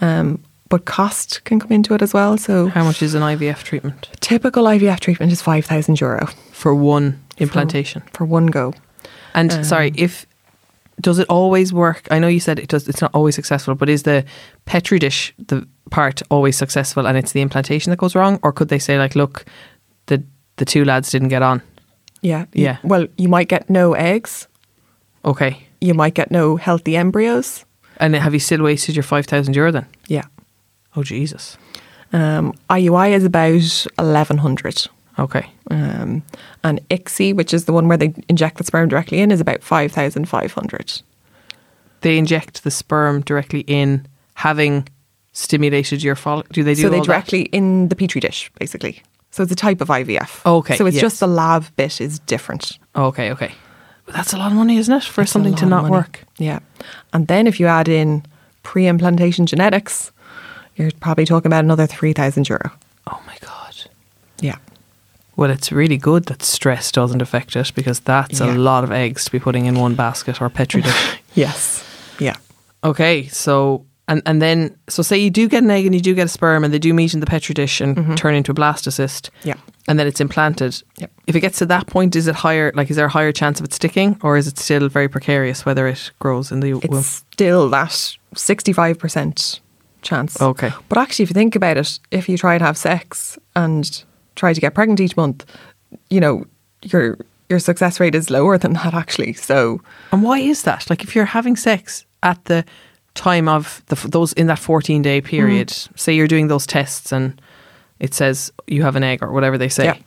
[SPEAKER 3] Um, but cost can come into it as well. So
[SPEAKER 2] How much is an IVF treatment
[SPEAKER 3] typical IVF treatment is 5,000 euro
[SPEAKER 2] for um, one implantation?
[SPEAKER 3] for one go.
[SPEAKER 2] and sorry, if does it always work? I know you said it does. It's not always successful, but is the petri dish the part always successful, and it's the implantation that goes wrong, or could they say like, look, the the two lads didn't get on?
[SPEAKER 3] Yeah. You-
[SPEAKER 2] Yeah.
[SPEAKER 3] Well, you might get no eggs.
[SPEAKER 2] Okay,
[SPEAKER 3] You might get no healthy embryos.
[SPEAKER 2] and have you still wasted your five thousand euro then?
[SPEAKER 3] Yeah.
[SPEAKER 2] Oh Jesus.
[SPEAKER 3] Um, IUI is about 1100.
[SPEAKER 2] Okay.
[SPEAKER 3] Um, and ICSI, which is the one where they inject the sperm directly in, is about 5,500.
[SPEAKER 2] they inject the sperm directly in, having stimulated your follicle. Do they do
[SPEAKER 3] so they
[SPEAKER 2] all that?
[SPEAKER 3] directly in the petri dish, basically. So it's a type of IVF.
[SPEAKER 2] Okay,
[SPEAKER 3] So it's
[SPEAKER 2] yes.
[SPEAKER 3] just the lab bit is different.
[SPEAKER 2] Oh, Okay, okay. But that's a lot of money, isn't it, for
[SPEAKER 3] It's a
[SPEAKER 2] something
[SPEAKER 3] lot
[SPEAKER 2] to
[SPEAKER 3] of
[SPEAKER 2] not
[SPEAKER 3] money.
[SPEAKER 2] work?
[SPEAKER 3] Yeah. And then if you add in pre implantation genetics, you're probably talking about another 3,000 euro.
[SPEAKER 2] Oh my god.
[SPEAKER 3] Yeah.
[SPEAKER 2] Well, it's really good that stress doesn't affect it because that's
[SPEAKER 3] Yeah.
[SPEAKER 2] a lot of eggs to be putting in one basket or petri dish.
[SPEAKER 3] Yes. Yeah.
[SPEAKER 2] okay, so and and then so say you do get an egg and you do get a sperm and they do meet in the petri dish and turn into a blastocyst.
[SPEAKER 3] Mm-hmm. Yeah.
[SPEAKER 2] And then it's implanted.
[SPEAKER 3] Yep.
[SPEAKER 2] If it gets to that point, is it higher? Like, is there a higher chance of it sticking, or is it still very precarious whether it grows in the
[SPEAKER 3] It's
[SPEAKER 2] womb?
[SPEAKER 3] still that 65% chance.
[SPEAKER 2] Okay.
[SPEAKER 3] But actually, if you think about it, if you try to have sex and try to get pregnant each month, you know, your your success rate is lower than that actually. So
[SPEAKER 2] And why is that? Like, if you're having sex at the time of the, f- those in that 14 day
[SPEAKER 3] Mm-hmm.
[SPEAKER 2] period, say you're doing those tests and it says you have an egg or whatever they say,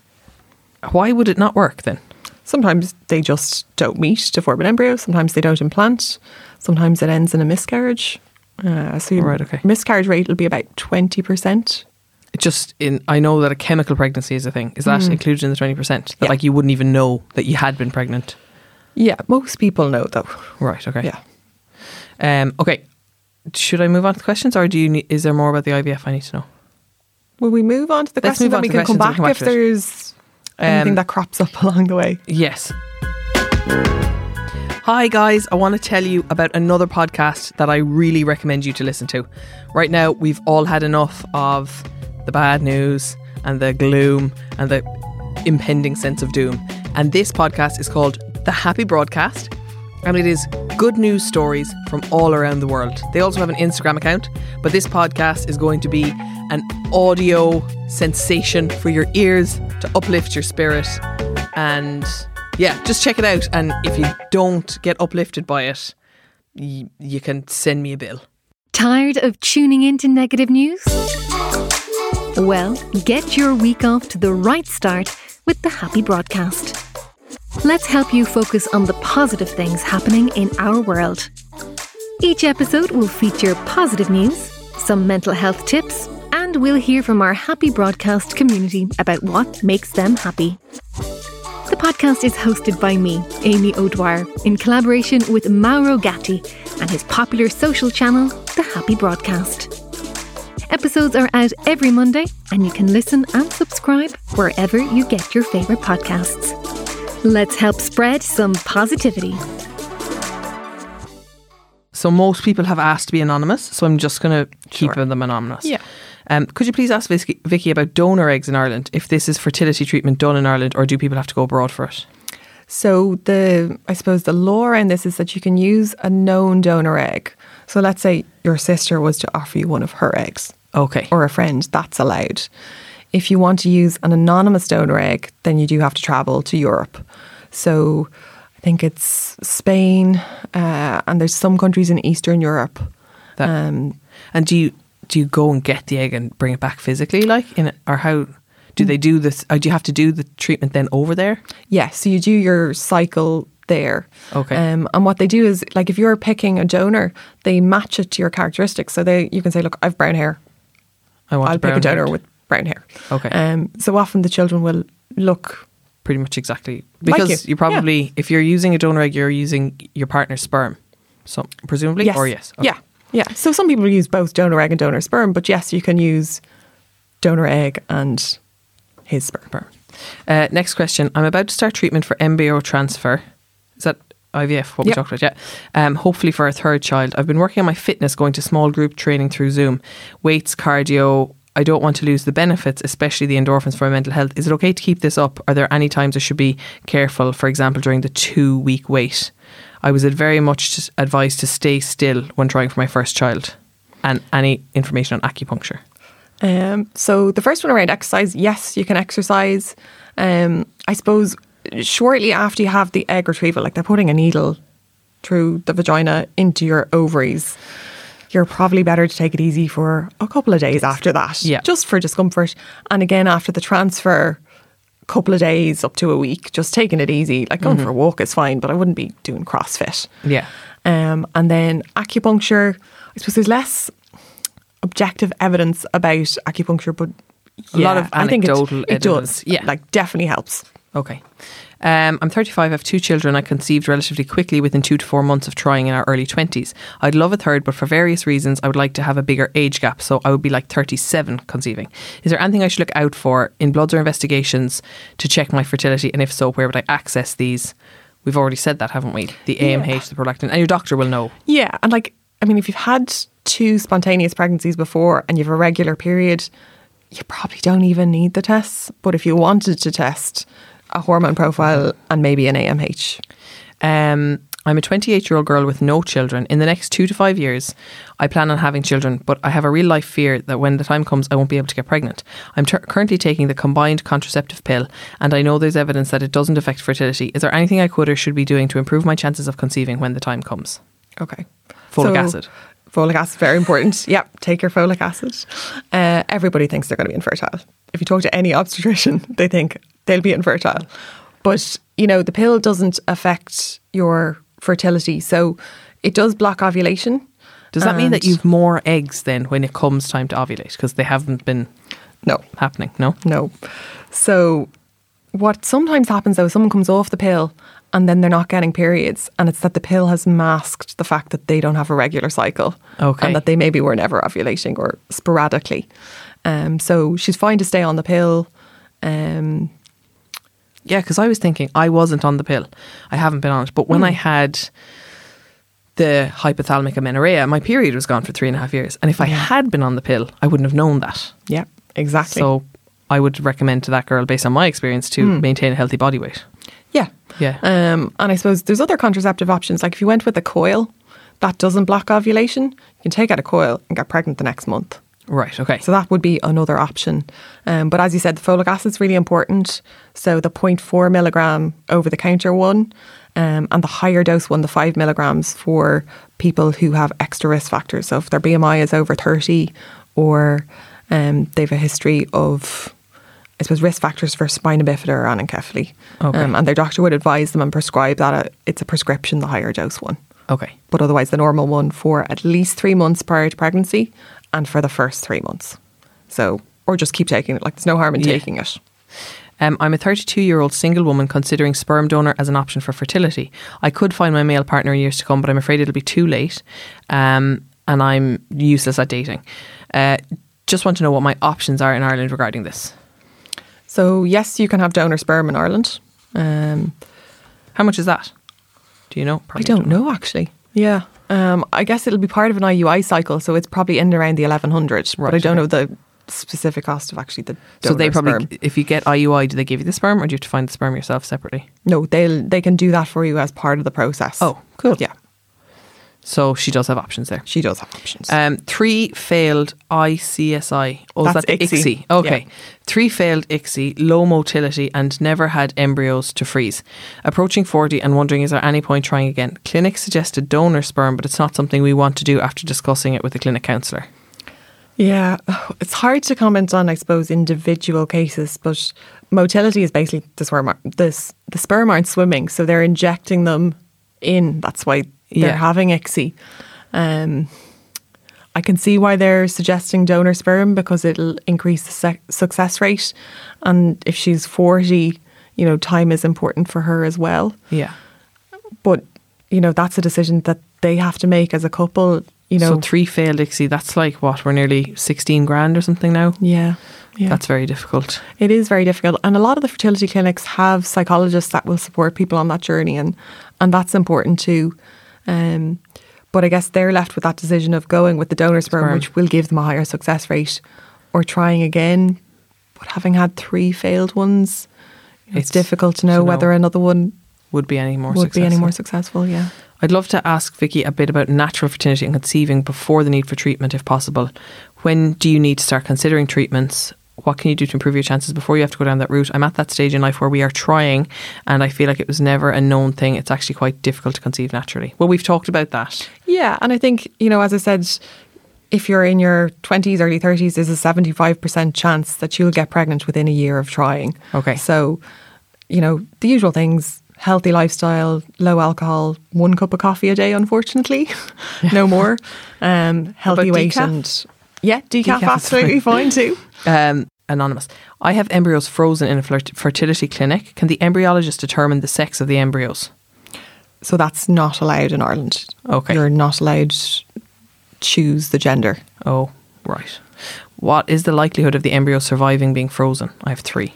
[SPEAKER 2] why would it not work then?
[SPEAKER 3] Sometimes they just don't meet to form an embryo. Sometimes they don't implant. Sometimes it ends in a miscarriage. Uh, so your
[SPEAKER 2] Right, okay.
[SPEAKER 3] miscarriage rate will be about twenty percent.
[SPEAKER 2] It just in, I know that a chemical pregnancy is a thing. Is that included in the 20%? That
[SPEAKER 3] Mm. Yeah.
[SPEAKER 2] like you wouldn't even know that you had been pregnant.
[SPEAKER 3] Yeah, most people know though.
[SPEAKER 2] Right. Okay.
[SPEAKER 3] Yeah,
[SPEAKER 2] Um, okay. Should I move on to the questions or do you need, is there more about the IVF I need to know?
[SPEAKER 3] will we move on to the
[SPEAKER 2] Let's
[SPEAKER 3] questions
[SPEAKER 2] move
[SPEAKER 3] and
[SPEAKER 2] on
[SPEAKER 3] we
[SPEAKER 2] to
[SPEAKER 3] can come
[SPEAKER 2] questions and
[SPEAKER 3] back
[SPEAKER 2] come
[SPEAKER 3] if
[SPEAKER 2] back to it.
[SPEAKER 3] there's anything
[SPEAKER 2] Um,
[SPEAKER 3] that crops up along the way?
[SPEAKER 2] Yes. Hi, guys. I want to tell you about another podcast that I really recommend you to listen to. Right now, we've all had enough of the bad news and the gloom and the impending sense of doom. And this podcast is called The Happy Broadcast. And it is good news stories from all around the world. They also have an Instagram account, but this podcast is going to be an audio sensation for your ears to uplift your spirit. And yeah, just check it out. And if you don't get uplifted by it, y- you can send me a bill.
[SPEAKER 1] Tired of tuning into negative news? Well, get your week off to the right start with the Happy Broadcast. Let's help you focus on the positive things happening in our world. Each episode will feature positive news, some mental health tips, and we'll hear from our Happy Broadcast community about what makes them happy. The podcast is hosted by me, Amy O'Dwyer, in collaboration with Mauro Gatti and his popular social channel, The Happy Broadcast. Episodes are out every Monday, and you can listen and subscribe wherever you get your favourite podcasts. Let's help spread some positivity.
[SPEAKER 2] So most people have asked to be anonymous, so I'm just going to keep them anonymous.
[SPEAKER 3] Yeah.
[SPEAKER 2] Um, could you please ask Vicky, Vicky about donor eggs in Ireland? If this is fertility treatment done in Ireland, or do people have to go abroad for it?
[SPEAKER 3] So the I suppose the law in this is that you can use a known donor egg. So let's say your sister was to offer you one of her eggs.
[SPEAKER 2] Okay.
[SPEAKER 3] or a friend, that's allowed. If you want to use an anonymous donor egg, then you do have to travel to Europe. So I think it's Spain, uh, and there's some countries in Eastern Europe.
[SPEAKER 2] That-
[SPEAKER 3] um,
[SPEAKER 2] And do you do you go and get the egg and bring it back physically, like in it, or how
[SPEAKER 3] Mm.
[SPEAKER 2] do they do this? Or do you have to do the treatment then over there?
[SPEAKER 3] yeah, so you do your cycle there.
[SPEAKER 2] Okay.
[SPEAKER 3] Um, and what they do is, like, if you're picking a donor, they match it to your characteristics. So they, you can say, look, I've brown hair.
[SPEAKER 2] I want
[SPEAKER 3] I'll pick a
[SPEAKER 2] brown
[SPEAKER 3] donor
[SPEAKER 2] haired.
[SPEAKER 3] with brown hair.
[SPEAKER 2] Okay.
[SPEAKER 3] Um, so often the children will look
[SPEAKER 2] pretty much exactly
[SPEAKER 3] Like
[SPEAKER 2] because
[SPEAKER 3] you,
[SPEAKER 2] you, probably if you're using a donor egg, you're using your partner's sperm, so presumably or yes, Okay.
[SPEAKER 3] Yeah. Yeah. So some people use both donor egg and donor sperm, but yes, you can use donor egg and his sperm.
[SPEAKER 2] Sperm. Uh, next question. I'm about to start treatment for embryo transfer. Is that IVF? What
[SPEAKER 3] Yep.
[SPEAKER 2] we talked about? Yeah. Um, hopefully for a third child. I've been working on my fitness, going to small group training through Zoom, weights, cardio. I don't want to lose the benefits, especially the endorphins for my mental health. Is it okay to keep this up? Are there any times I should be careful? For example, during the two week wait. I was very much advised to stay still when trying for my first child. And any information on acupuncture?
[SPEAKER 3] Um, so the first one around exercise, yes, you can exercise. Um, I suppose shortly after you have the egg retrieval, like they're putting a needle through the vagina into your ovaries, you're probably better to take it easy for a couple of days after that,
[SPEAKER 2] Yeah.
[SPEAKER 3] just for discomfort. And again, after the transfer, couple of days up to a week, just taking it easy. Like going for a walk is fine, but I wouldn't be doing CrossFit.
[SPEAKER 2] Mm-hmm. Yeah.
[SPEAKER 3] Um, and then acupuncture, I suppose there's less objective evidence about acupuncture, but
[SPEAKER 2] A lot of
[SPEAKER 3] I think it-
[SPEAKER 2] anecdotal
[SPEAKER 3] it,
[SPEAKER 2] evidence,
[SPEAKER 3] does.
[SPEAKER 2] yeah.
[SPEAKER 3] Like definitely helps.
[SPEAKER 2] Okay. Um, I'm 35, I have two children I conceived relatively quickly within two to four months of trying in our early 20s. I'd love a third, but for various reasons, I would like to have a bigger age gap, so I would be like 37 conceiving. Is there anything I should look out for in bloods or investigations to check my fertility? And if so, where would I access these? We've already said that, haven't we? The AMH, the prolactin, and your doctor will know.
[SPEAKER 3] Yeah, and like I mean, if you've had two spontaneous pregnancies before and you have a regular period, you probably don't even need the tests. But if you wanted to test a hormone profile and maybe an AMH,
[SPEAKER 2] Um, I'm a 28 year old girl with no children. In the next two to five years, I plan on having children, but I have a real life fear that when the time comes, I won't be able to get pregnant. I'm tur currently taking the combined contraceptive pill, and I know there's evidence that it doesn't affect fertility. Is there anything I could or should be doing to improve my chances of conceiving when the time comes?
[SPEAKER 3] Okay.
[SPEAKER 2] Folic acid.
[SPEAKER 3] Folic acid, very important. yep, take your folic acid. Uh, everybody thinks they're going to be infertile. If you talk to any obstetrician, they think they'll be infertile. But, you know, the pill doesn't affect your fertility. So it does block ovulation.
[SPEAKER 2] Does that mean that
[SPEAKER 3] and-
[SPEAKER 2] you've more eggs then when it comes time to ovulate? Because they haven't been
[SPEAKER 3] No.
[SPEAKER 2] happening, no?
[SPEAKER 3] No. So, what sometimes happens though, is someone comes off the pill and then they're not getting periods, and it's that the pill has masked the fact that they don't have a regular cycle,
[SPEAKER 2] Okay.
[SPEAKER 3] and that they maybe were never ovulating or sporadically. Um, so she's fine to stay on the pill. Um,
[SPEAKER 2] Yeah, because I was thinking I wasn't on the pill. I haven't been on it. But when I had the hypothalamic amenorrhea, my period was gone for three and a half years. And if I had been on the pill, I wouldn't have known that.
[SPEAKER 3] yeah, exactly.
[SPEAKER 2] So I would recommend to that girl, based on my experience, to maintain a healthy body weight.
[SPEAKER 3] yeah,
[SPEAKER 2] Yeah.
[SPEAKER 3] Um, and I suppose there's other contraceptive options. Like if you went with a coil, that doesn't block ovulation. You can take out a coil and get pregnant the next month.
[SPEAKER 2] Right. Okay.
[SPEAKER 3] So that would be another option. Um, but as you said, the folic acid is really important. So the 0.4 milligram over the counter one um, and the higher dose one, the 5 milligrams for people who have extra risk factors. So if their BMI is over 30 or um, they have a history of, I suppose, risk factors for spina bifida or anencephaly.
[SPEAKER 2] Okay.
[SPEAKER 3] Um, and their doctor would advise them and prescribe that. uh, It's a prescription, the higher dose one.
[SPEAKER 2] okay.
[SPEAKER 3] But otherwise, the normal one for at least three months prior to pregnancy and for the first three months. So, or just keep taking it. Like, there's no harm in
[SPEAKER 2] Yeah.
[SPEAKER 3] taking it.
[SPEAKER 2] Um, I'm a 32 year old single woman considering sperm donor as an option for fertility. I could find my male partner in years to come, but I'm afraid it'll be too late um, and I'm useless at dating. Uh, just want to know what my options are in Ireland regarding this.
[SPEAKER 3] So, yes, you can have donor sperm in Ireland. Um,
[SPEAKER 2] How much is that? Do you know?
[SPEAKER 3] I
[SPEAKER 2] Probably
[SPEAKER 3] don't know, actually. Yeah. Um, I guess it'll be part of an IUI cycle. So, it's probably in and around the 1100.
[SPEAKER 2] Right,
[SPEAKER 3] but I
[SPEAKER 2] okay.
[SPEAKER 3] don't know the specific cost of actually the donor
[SPEAKER 2] So they probably,
[SPEAKER 3] sperm.
[SPEAKER 2] if you get IUI, do they give you the sperm or do you have to find the sperm yourself separately?
[SPEAKER 3] No, they'll, they can do that for you as part of the process.
[SPEAKER 2] Oh, cool.
[SPEAKER 3] Yeah.
[SPEAKER 2] So she does have options there.
[SPEAKER 3] She does have options.
[SPEAKER 2] Um, three failed ICSI. Oh,
[SPEAKER 3] That's
[SPEAKER 2] is that the
[SPEAKER 3] ICSI.
[SPEAKER 2] ICSI? Okay.
[SPEAKER 3] Yeah.
[SPEAKER 2] Three failed ICSI, low motility, and never had embryos to freeze. Approaching 40 and wondering is there any point trying again? Clinic suggested donor sperm, but it's not something we want to do after discussing it with the clinic counsellor.
[SPEAKER 3] Yeah, it's hard to comment on, I suppose, individual cases, but motility is basically the sperm, ar- the, s- the sperm aren't swimming, so they're injecting them in. That's why they're
[SPEAKER 2] Yeah.
[SPEAKER 3] having ICSI. Um, I can see why they're suggesting donor sperm because it'll increase the sec- success rate. And if she's 40, you know, time is important for her as well.
[SPEAKER 2] Yeah.
[SPEAKER 3] But, you know, that's a decision that they have to make as a couple, you know.
[SPEAKER 2] so three failed ICSI, that's like what? We're nearly 16 grand or something now?
[SPEAKER 3] yeah. Yeah.
[SPEAKER 2] That's very difficult.
[SPEAKER 3] It is very difficult, and a lot of the fertility clinics have psychologists that will support people on that journey, and and that's important too. Um, but I guess they're left with that decision of going with the donor sperm,
[SPEAKER 2] Sperm.
[SPEAKER 3] which will give them a higher success rate, or trying again. But having had three failed ones, it's,
[SPEAKER 2] It's-
[SPEAKER 3] difficult to know
[SPEAKER 2] to know.
[SPEAKER 3] whether another one
[SPEAKER 2] Would be any more
[SPEAKER 3] would be any
[SPEAKER 2] successful.
[SPEAKER 3] more successful. Yeah,
[SPEAKER 2] I'd love to ask Vicky a bit about natural fertility and conceiving before the need for treatment, if possible. When do you need to start considering treatments? What can you do to improve your chances before you have to go down that route? I'm at that stage in life where we are trying, and I feel like it was never a known thing. It's actually quite difficult to conceive naturally. Well, we've talked about that.
[SPEAKER 3] Yeah, and I think, you know, as I said, if you're in your 20s, early 30s, there's a 75% chance that you'll get pregnant within a year of trying.
[SPEAKER 2] Okay.
[SPEAKER 3] So, you know, the usual things healthy lifestyle, low alcohol, one cup of coffee a day, unfortunately, no more. Um, healthy
[SPEAKER 2] about
[SPEAKER 3] weight
[SPEAKER 2] decaf?
[SPEAKER 3] and. Yeah, decaf,
[SPEAKER 2] Decaf is
[SPEAKER 3] absolutely fine too.
[SPEAKER 2] Um, anonymous. I have embryos frozen in a flirt- fertility clinic. Can the embryologist determine the sex of the embryos?
[SPEAKER 3] So that's not allowed in Ireland.
[SPEAKER 2] Okay.
[SPEAKER 3] You're not allowed to choose the gender.
[SPEAKER 2] Oh, right. What is the likelihood of the embryo surviving being frozen? I have three.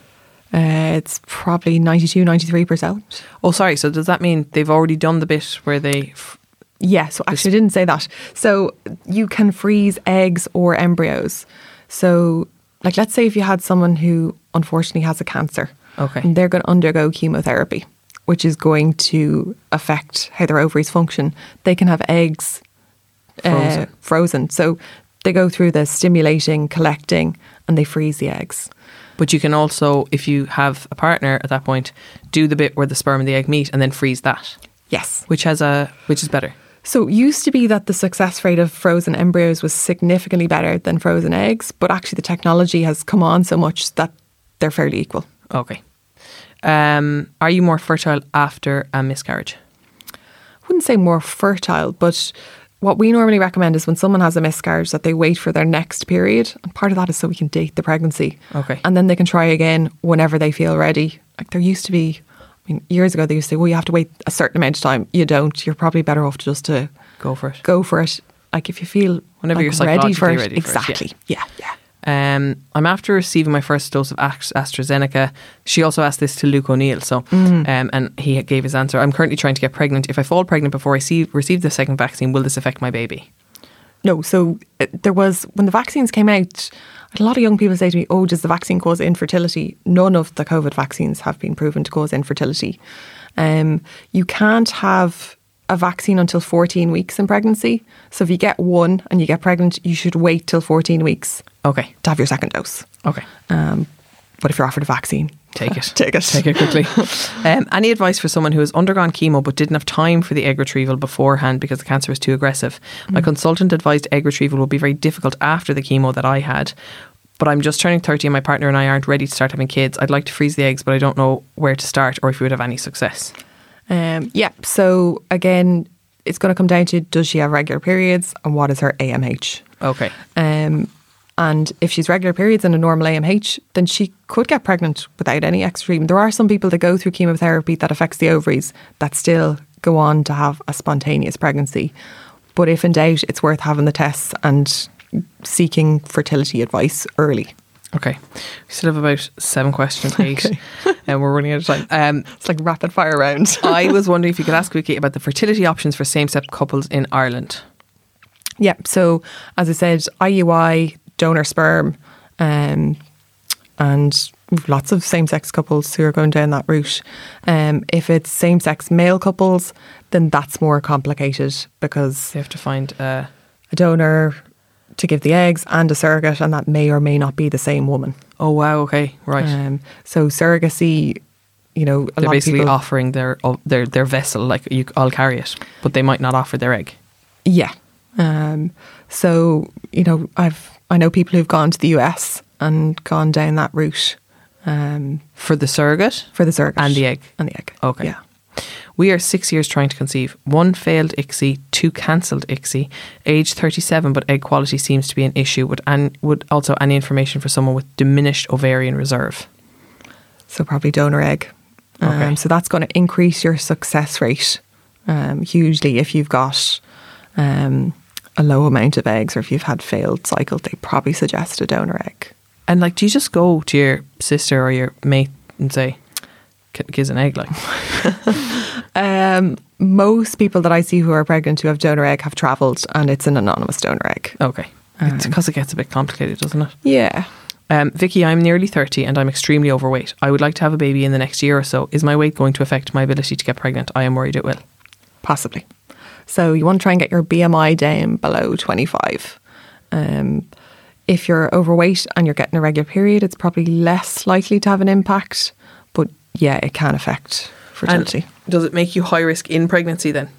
[SPEAKER 3] Uh, it's probably 92, 93%.
[SPEAKER 2] Oh, sorry. So does that mean they've already done the bit where they? F-
[SPEAKER 3] Yeah, so actually, I didn't say that. So you can freeze eggs or embryos. So, like, let's say if you had someone who unfortunately has a cancer,
[SPEAKER 2] Okay.
[SPEAKER 3] and they're going to undergo chemotherapy, which is going to affect how their ovaries function, they can have eggs uh,
[SPEAKER 2] Frozen.
[SPEAKER 3] frozen. So they go through the stimulating, collecting, and they freeze the eggs.
[SPEAKER 2] but you can also, if you have a partner at that point, do the bit where the sperm and the egg meet, and then freeze that,
[SPEAKER 3] Yes.
[SPEAKER 2] which has a which is better.
[SPEAKER 3] So it used to be that the success rate of frozen embryos was significantly better than frozen eggs, but actually the technology has come on so much that they're fairly equal.
[SPEAKER 2] Okay. Um, are you more fertile after a miscarriage?
[SPEAKER 3] I wouldn't say more fertile, but what we normally recommend is when someone has a miscarriage that they wait for their next period, and part of that is so we can date the pregnancy.
[SPEAKER 2] Okay.
[SPEAKER 3] And then they can try again whenever they feel ready. Like there used to be I mean, years ago they used to say, Well, you have to wait a certain amount of time. You don't. You're probably better off just to
[SPEAKER 2] Go for it.
[SPEAKER 3] go for it. Like if you feel
[SPEAKER 2] Whenever
[SPEAKER 3] like,
[SPEAKER 2] you're
[SPEAKER 3] ready for
[SPEAKER 2] psychologically ready
[SPEAKER 3] it.
[SPEAKER 2] for it, yeah.
[SPEAKER 3] exactly. yeah, yeah.
[SPEAKER 2] Um, I'm after receiving my first dose of Ax- AstraZeneca. She also asked this to Luke O'Neill, so um, and he gave his answer. I'm currently trying to get pregnant. If I fall pregnant before I see, receive the second vaccine, will this affect my baby?
[SPEAKER 3] No, so uh, there was when the vaccines came out, a lot of young people say to me, "Oh, does the vaccine cause infertility?" None of the COVID vaccines have been proven to cause infertility. Um, you can't have a vaccine until 14 weeks in pregnancy. So if you get one and you get pregnant, you should wait till 14 weeks
[SPEAKER 2] Okay,
[SPEAKER 3] to have your second dose.
[SPEAKER 2] okay,
[SPEAKER 3] Um, but if you're offered a vaccine,
[SPEAKER 2] take it,
[SPEAKER 3] Take it.
[SPEAKER 2] take it quickly. um, any advice for someone who has undergone chemo but didn't have time for the egg retrieval beforehand because the cancer was too aggressive?
[SPEAKER 3] Mm.
[SPEAKER 2] My consultant advised egg retrieval will be very difficult after the chemo that I had. But I'm just turning 30 and my partner and I aren't ready to start having kids. I'd like to freeze the eggs, but I don't know where to start or if we would have any success.
[SPEAKER 3] Um, yeah. So again, it's going to come down to does she have regular periods and what is her AMH?
[SPEAKER 2] Okay.
[SPEAKER 3] Um, and if she's regular periods and a normal AMH, then she could get pregnant without any extra treatment. There are some people that go through chemotherapy that affects the ovaries that still go on to have a spontaneous pregnancy. But if in doubt, it's worth having the tests and seeking fertility advice early.
[SPEAKER 2] Okay. We still have about seven questions, eight, and we're running out of time. Um,
[SPEAKER 3] It's like rapid fire round.
[SPEAKER 2] I was wondering if you could ask Vicky about the fertility options for same sex couples in Ireland.
[SPEAKER 3] Yeah. So as I said, IUI, donor sperm, um, and we've lots of same-sex couples who are going down that route. Um, if it's same-sex male couples, then that's more complicated because
[SPEAKER 2] They have to find. Uh,
[SPEAKER 3] a donor to give the eggs and a surrogate, and that may or may not be the same woman.
[SPEAKER 2] oh wow. Okay. Right.
[SPEAKER 3] Um, so surrogacy, you know, a
[SPEAKER 2] They're
[SPEAKER 3] lot of
[SPEAKER 2] basically
[SPEAKER 3] people,
[SPEAKER 2] offering their of their their vessel, like you, I'll carry it, but they might not offer their egg.
[SPEAKER 3] Yeah. Um, so you know, I've I know people who've gone to the US and gone down that route um,
[SPEAKER 2] For the surrogate,
[SPEAKER 3] for the surrogate
[SPEAKER 2] And the egg.
[SPEAKER 3] and the egg.
[SPEAKER 2] Okay.
[SPEAKER 3] Yeah.
[SPEAKER 2] We are six years trying to conceive. One failed ICSI, two cancelled ICSI, age 37, but egg quality seems to be an issue. Would, an, would also any information for someone with diminished ovarian reserve?
[SPEAKER 3] So probably donor egg. Um,
[SPEAKER 2] Okay.
[SPEAKER 3] So that's going to increase your success rate um, hugely if you've got um, a low amount of eggs or if you've had failed cycle. They probably suggest a donor egg.
[SPEAKER 2] And like, do you just go to your sister or your mate and say, "G- "Give us an egg"? Like,
[SPEAKER 3] Um, most people that I see who are pregnant who have donor egg have travelled, and it's an anonymous donor egg.
[SPEAKER 2] okay,
[SPEAKER 3] Um,
[SPEAKER 2] because it gets a bit complicated, doesn't it?
[SPEAKER 3] Yeah.
[SPEAKER 2] Um, Vicky, I'm nearly 30 and I'm extremely overweight. I would like to have a baby in the next year or so. Is my weight going to affect my ability to get pregnant? I am worried it will.
[SPEAKER 3] Possibly. So you want to try and get your BMI down below 25. Um, if you're overweight and you're getting a regular period, it's probably less likely to have an impact. But yeah, it can affect fertility.
[SPEAKER 2] does it make you high risk in pregnancy then?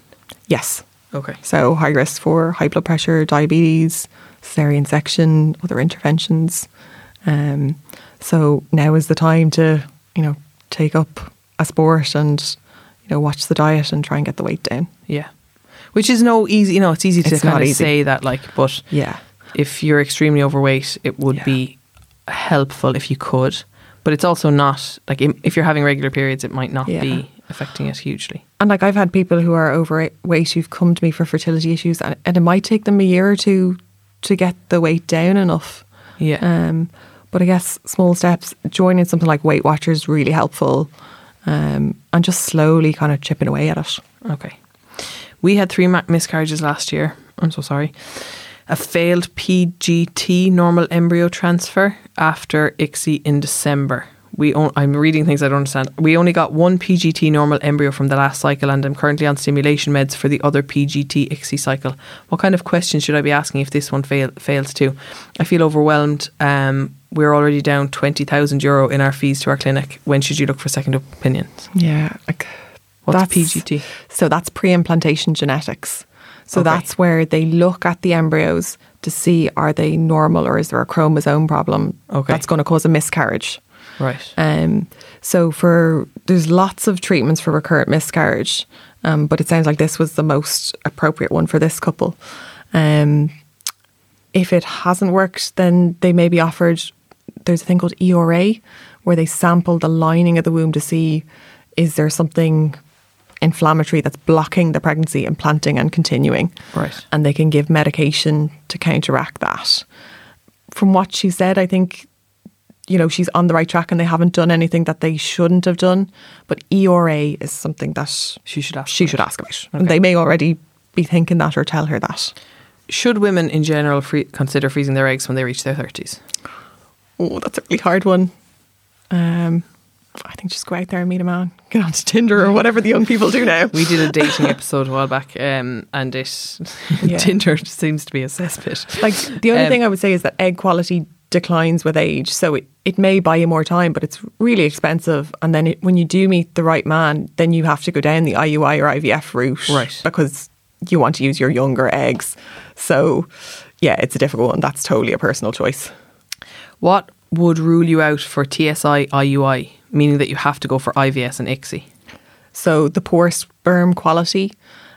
[SPEAKER 3] yes.
[SPEAKER 2] Okay.
[SPEAKER 3] So high risk for high blood pressure, diabetes, cesarean section, other interventions. Um, so now is the time to you know take up a sport and you know watch the diet and try and get the weight down.
[SPEAKER 2] Yeah. Which is no easy, you know, it's easy to
[SPEAKER 3] It's
[SPEAKER 2] kind
[SPEAKER 3] not
[SPEAKER 2] of
[SPEAKER 3] easy.
[SPEAKER 2] say that, like, but
[SPEAKER 3] Yeah,
[SPEAKER 2] if you're extremely overweight, it would
[SPEAKER 3] Yeah.
[SPEAKER 2] be helpful if you could. But it's also not, like, im- if you're having regular periods, it might not
[SPEAKER 3] Yeah.
[SPEAKER 2] be affecting it hugely.
[SPEAKER 3] and like I've had people who are overweight who've come to me for fertility issues, and, and it might take them a year or two to get the weight down enough.
[SPEAKER 2] Yeah.
[SPEAKER 3] Um, but I guess small steps, joining something like Weight Watchers, really helpful, um, and just slowly kind of chipping away at it.
[SPEAKER 2] Okay. We had three ma- miscarriages last year. I'm so sorry. A failed PGT normal embryo transfer after ICSI in December. We on- I'm reading things I don't understand. We only got one PGT normal embryo from the last cycle, and I'm currently on stimulation meds for the other PGT ICSI cycle. What kind of questions should I be asking if this one fail- fails too? I feel overwhelmed. Um, we're already down 20,000 euro in our fees to our clinic. When should you look for second opinions?
[SPEAKER 3] Yeah, like
[SPEAKER 2] What's PGT?
[SPEAKER 3] So that's pre-implantation genetics. So
[SPEAKER 2] Okay.
[SPEAKER 3] that's where they look at the embryos to see are they normal or is there a chromosome problem
[SPEAKER 2] Okay.
[SPEAKER 3] that's going to cause a miscarriage.
[SPEAKER 2] Right.
[SPEAKER 3] Um, so for there's lots of treatments for recurrent miscarriage, um, but it sounds like this was the most appropriate one for this couple. Um, if it hasn't worked, then they may be offered. There's a thing called ERA, where they sample the lining of the womb to see is there something inflammatory that's blocking the pregnancy implanting and continuing.
[SPEAKER 2] Right.
[SPEAKER 3] And they can give medication to counteract that. From what she said, I think you know she's on the right track and they haven't done anything that they shouldn't have done. But ERA is something that
[SPEAKER 2] She should ask
[SPEAKER 3] She
[SPEAKER 2] about.
[SPEAKER 3] should ask about. And they may already be thinking that or tell her that.
[SPEAKER 2] Should women in general free- consider freezing their eggs when they reach their 30s?
[SPEAKER 3] Oh, that's a really hard one. Um, I think just go out there and meet a man, get onto Tinder or whatever the young people do now.
[SPEAKER 2] We did a dating episode a while back, um, and it
[SPEAKER 3] Yeah.
[SPEAKER 2] Tinder seems to be a cesspit.
[SPEAKER 3] like the only
[SPEAKER 2] Um,
[SPEAKER 3] thing I would say is that egg quality declines with age, so it, it may buy you more time, but it's really expensive. And then it, when you do meet the right man, then you have to go down the IUI or IVF route,
[SPEAKER 2] Right.
[SPEAKER 3] Because you want to use your younger eggs. So, yeah, it's a difficult one. That's totally a personal choice.
[SPEAKER 2] What would rule you out for TSI IUI, meaning that you have to go for IVS and ICSI?
[SPEAKER 3] So the poor sperm quality.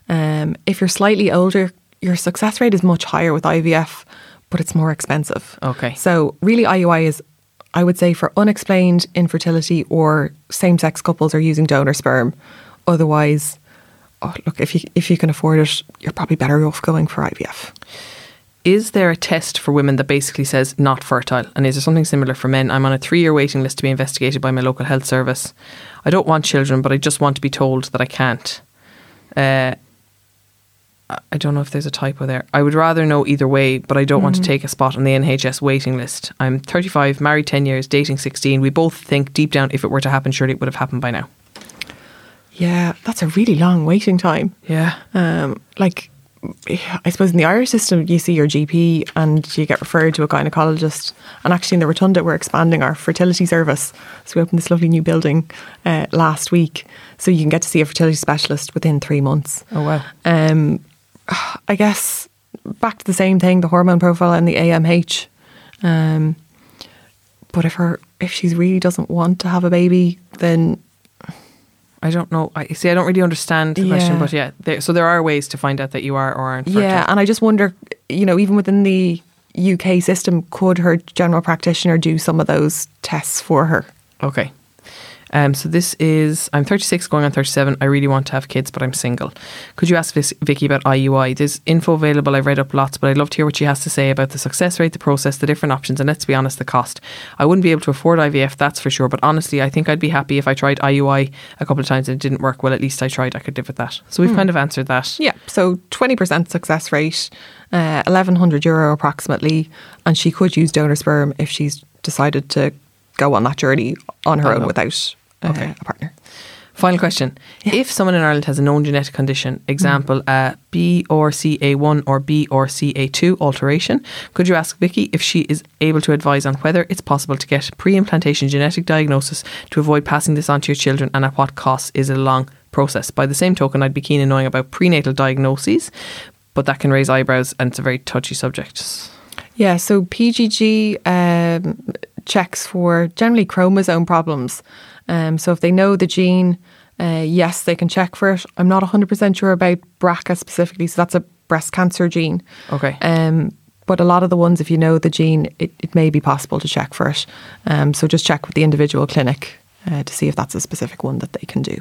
[SPEAKER 3] Um, if you're slightly older, your success rate is much higher with IVF, but it's more expensive.
[SPEAKER 2] Okay.
[SPEAKER 3] So really, IUI is, I would say, for unexplained infertility or same-sex couples are using donor sperm. Otherwise, oh, look, if you if you can afford it, you're probably better off going for IVF.
[SPEAKER 2] Is there a test for women that basically says not fertile? And is there something similar for men? I'm on a three year waiting list to be investigated by my local health service. I don't want children, but I just want to be told that I can't. Uh, I- I don't know if there's a typo there. I would rather know either way, but I don't want to
[SPEAKER 3] Mm-hmm.
[SPEAKER 2] take a spot on the NHS waiting list. I'm 35, married 10 years, dating 16. We both think deep down if it were to happen, surely it would have happened by now.
[SPEAKER 3] Yeah, that's a really long waiting time.
[SPEAKER 2] Yeah.
[SPEAKER 3] um, like I suppose in the Irish system, you see your GP and you get referred to a gynecologist. And actually, in the Rotunda, we're expanding our fertility service. So we opened this lovely new building uh, last week, so you can get to see a fertility specialist within three months.
[SPEAKER 2] Oh, wow.
[SPEAKER 3] Um, I guess back to the same thing: the hormone profile and the AMH. Um, but if her if she really doesn't want to have a baby, then
[SPEAKER 2] I don't know. I see. I don't really understand the question,
[SPEAKER 3] Yeah.
[SPEAKER 2] but yeah. There, so there are ways to find out that you are or aren't. fertile.
[SPEAKER 3] Yeah, and I just wonder, you know, even within the UK system, could her general practitioner do some of those tests for her?
[SPEAKER 2] Okay. Um, so this is I'm 36, going on 37. I really want to have kids, but I'm single. Could you ask Vis- Vicky about IUI? There's info available. I've read up lots, but I'd love to hear what she has to say about the success rate, the process, the different options, and let's be honest, the cost. I wouldn't be able to afford IVF, that's for sure. But honestly, I think I'd be happy if I tried IUI a couple of times and it didn't work. Well, at least I tried. I could live with that. So we've kind of answered that.
[SPEAKER 3] Yeah, so 20% success rate, uh, 1100 euro approximately, and she could use donor sperm if she's decided to go on that journey on her
[SPEAKER 2] Oh,
[SPEAKER 3] own
[SPEAKER 2] no.
[SPEAKER 3] without uh,
[SPEAKER 2] Okay.
[SPEAKER 3] a partner.
[SPEAKER 2] Final question. If someone in Ireland has a known genetic condition, example a BRCA1 or BRCA2 alteration, could you ask Vicky if she is able to advise on whether it's possible to get pre implantation genetic diagnosis to avoid passing this on to your children and at what cost is it a long process? By the same token, I'd be keen in knowing about prenatal diagnoses, but that can raise eyebrows and it's a very touchy subject.
[SPEAKER 3] Yeah, so PGG um, checks for generally chromosome problems. Um, so if they know the gene, uh, yes, they can check for it. I'm not 100% sure about BRCA specifically, so that's a breast cancer gene.
[SPEAKER 2] Okay.
[SPEAKER 3] Um, but a lot of the ones, if you know the gene, it, it may be possible to check for it. Um, so just check with the individual clinic uh, to see if that's a specific one that they can do.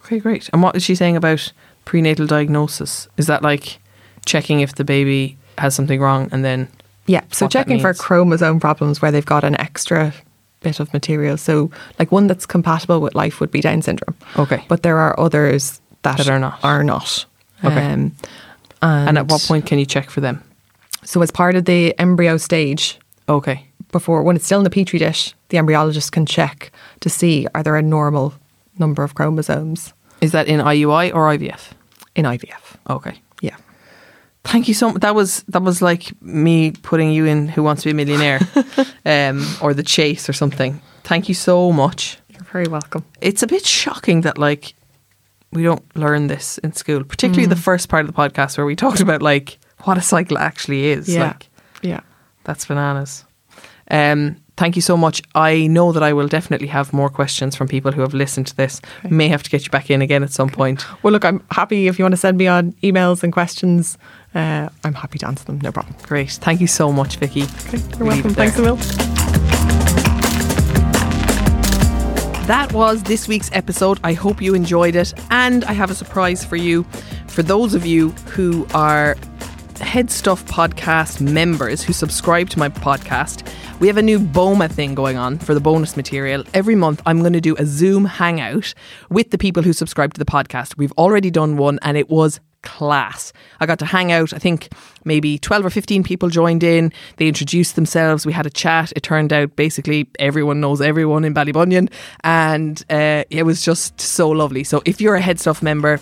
[SPEAKER 2] Okay, great. And what is she saying about prenatal diagnosis? Is that like checking if the baby has something wrong and then
[SPEAKER 3] Yeah, so
[SPEAKER 2] what that
[SPEAKER 3] checking for
[SPEAKER 2] means.
[SPEAKER 3] chromosome problems where they've got an extra bit of material. So, like one that's compatible with life would be Down syndrome.
[SPEAKER 2] Okay.
[SPEAKER 3] But there are others that,
[SPEAKER 2] That are not.
[SPEAKER 3] Are not.
[SPEAKER 2] Okay.
[SPEAKER 3] Um,
[SPEAKER 2] and, at what point can you check for them?
[SPEAKER 3] So, as part of the embryo stage,
[SPEAKER 2] Okay.
[SPEAKER 3] before when it's still in the petri dish, the embryologist can check to see are there a normal number of chromosomes
[SPEAKER 2] Is that in IUI or IVF?
[SPEAKER 3] in IVF.
[SPEAKER 2] Okay.
[SPEAKER 3] Yeah.
[SPEAKER 2] Thank you so much. That was that was like me putting you in Who Wants to Be a Millionaire um, or The Chase or something. Thank you so much.
[SPEAKER 3] You're very welcome.
[SPEAKER 2] it's a bit shocking that like we don't learn this in school, particularly
[SPEAKER 3] Mm.
[SPEAKER 2] the first part of the podcast where we talked about like what a cycle actually is.
[SPEAKER 3] Yeah.
[SPEAKER 2] Like
[SPEAKER 3] Yeah.
[SPEAKER 2] that's bananas. Um, thank you so much. I know that I will definitely have more questions from people who have listened to this. May have to get you back in again at some point.
[SPEAKER 3] Well, look, I'm happy if you want to send me on emails and questions. Uh, I'm happy to answer them. No problem.
[SPEAKER 2] Great. Thank you so much, Vicky.
[SPEAKER 3] You're
[SPEAKER 2] Leave it
[SPEAKER 3] welcome.
[SPEAKER 2] there.
[SPEAKER 3] Thanks a mil.
[SPEAKER 2] That was this week's episode. I hope you enjoyed it. And I have a surprise for you. For those of you who are Head Stuff Podcast members who subscribe to my podcast, we have a new BOMA thing going on for the bonus material. Every month, I'm going to do a Zoom hangout with the people who subscribe to the podcast. We've already done one, and it was class. I got to hang out. I think maybe 12 or 15 people joined in. They introduced themselves. We had a chat. It turned out basically everyone knows everyone in Ballybunion. And uh, it was just so lovely. So if you're a Headstuff member,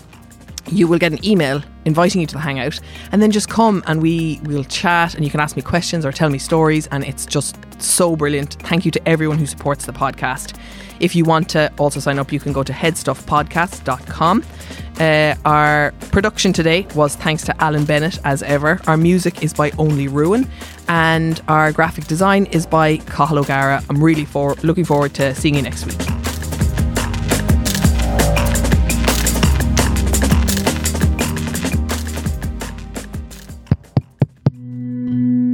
[SPEAKER 2] you will get an email inviting you to the hangout and then just come and we will chat and you can ask me questions or tell me stories and it's just so brilliant thank you to everyone who supports the podcast if you want to also sign up you can go to headstuffpodcast.com uh, our production today was thanks to alan bennett as ever our music is by only ruin and our graphic design is by Cahill O'Gara I'm really for- looking forward to seeing you next week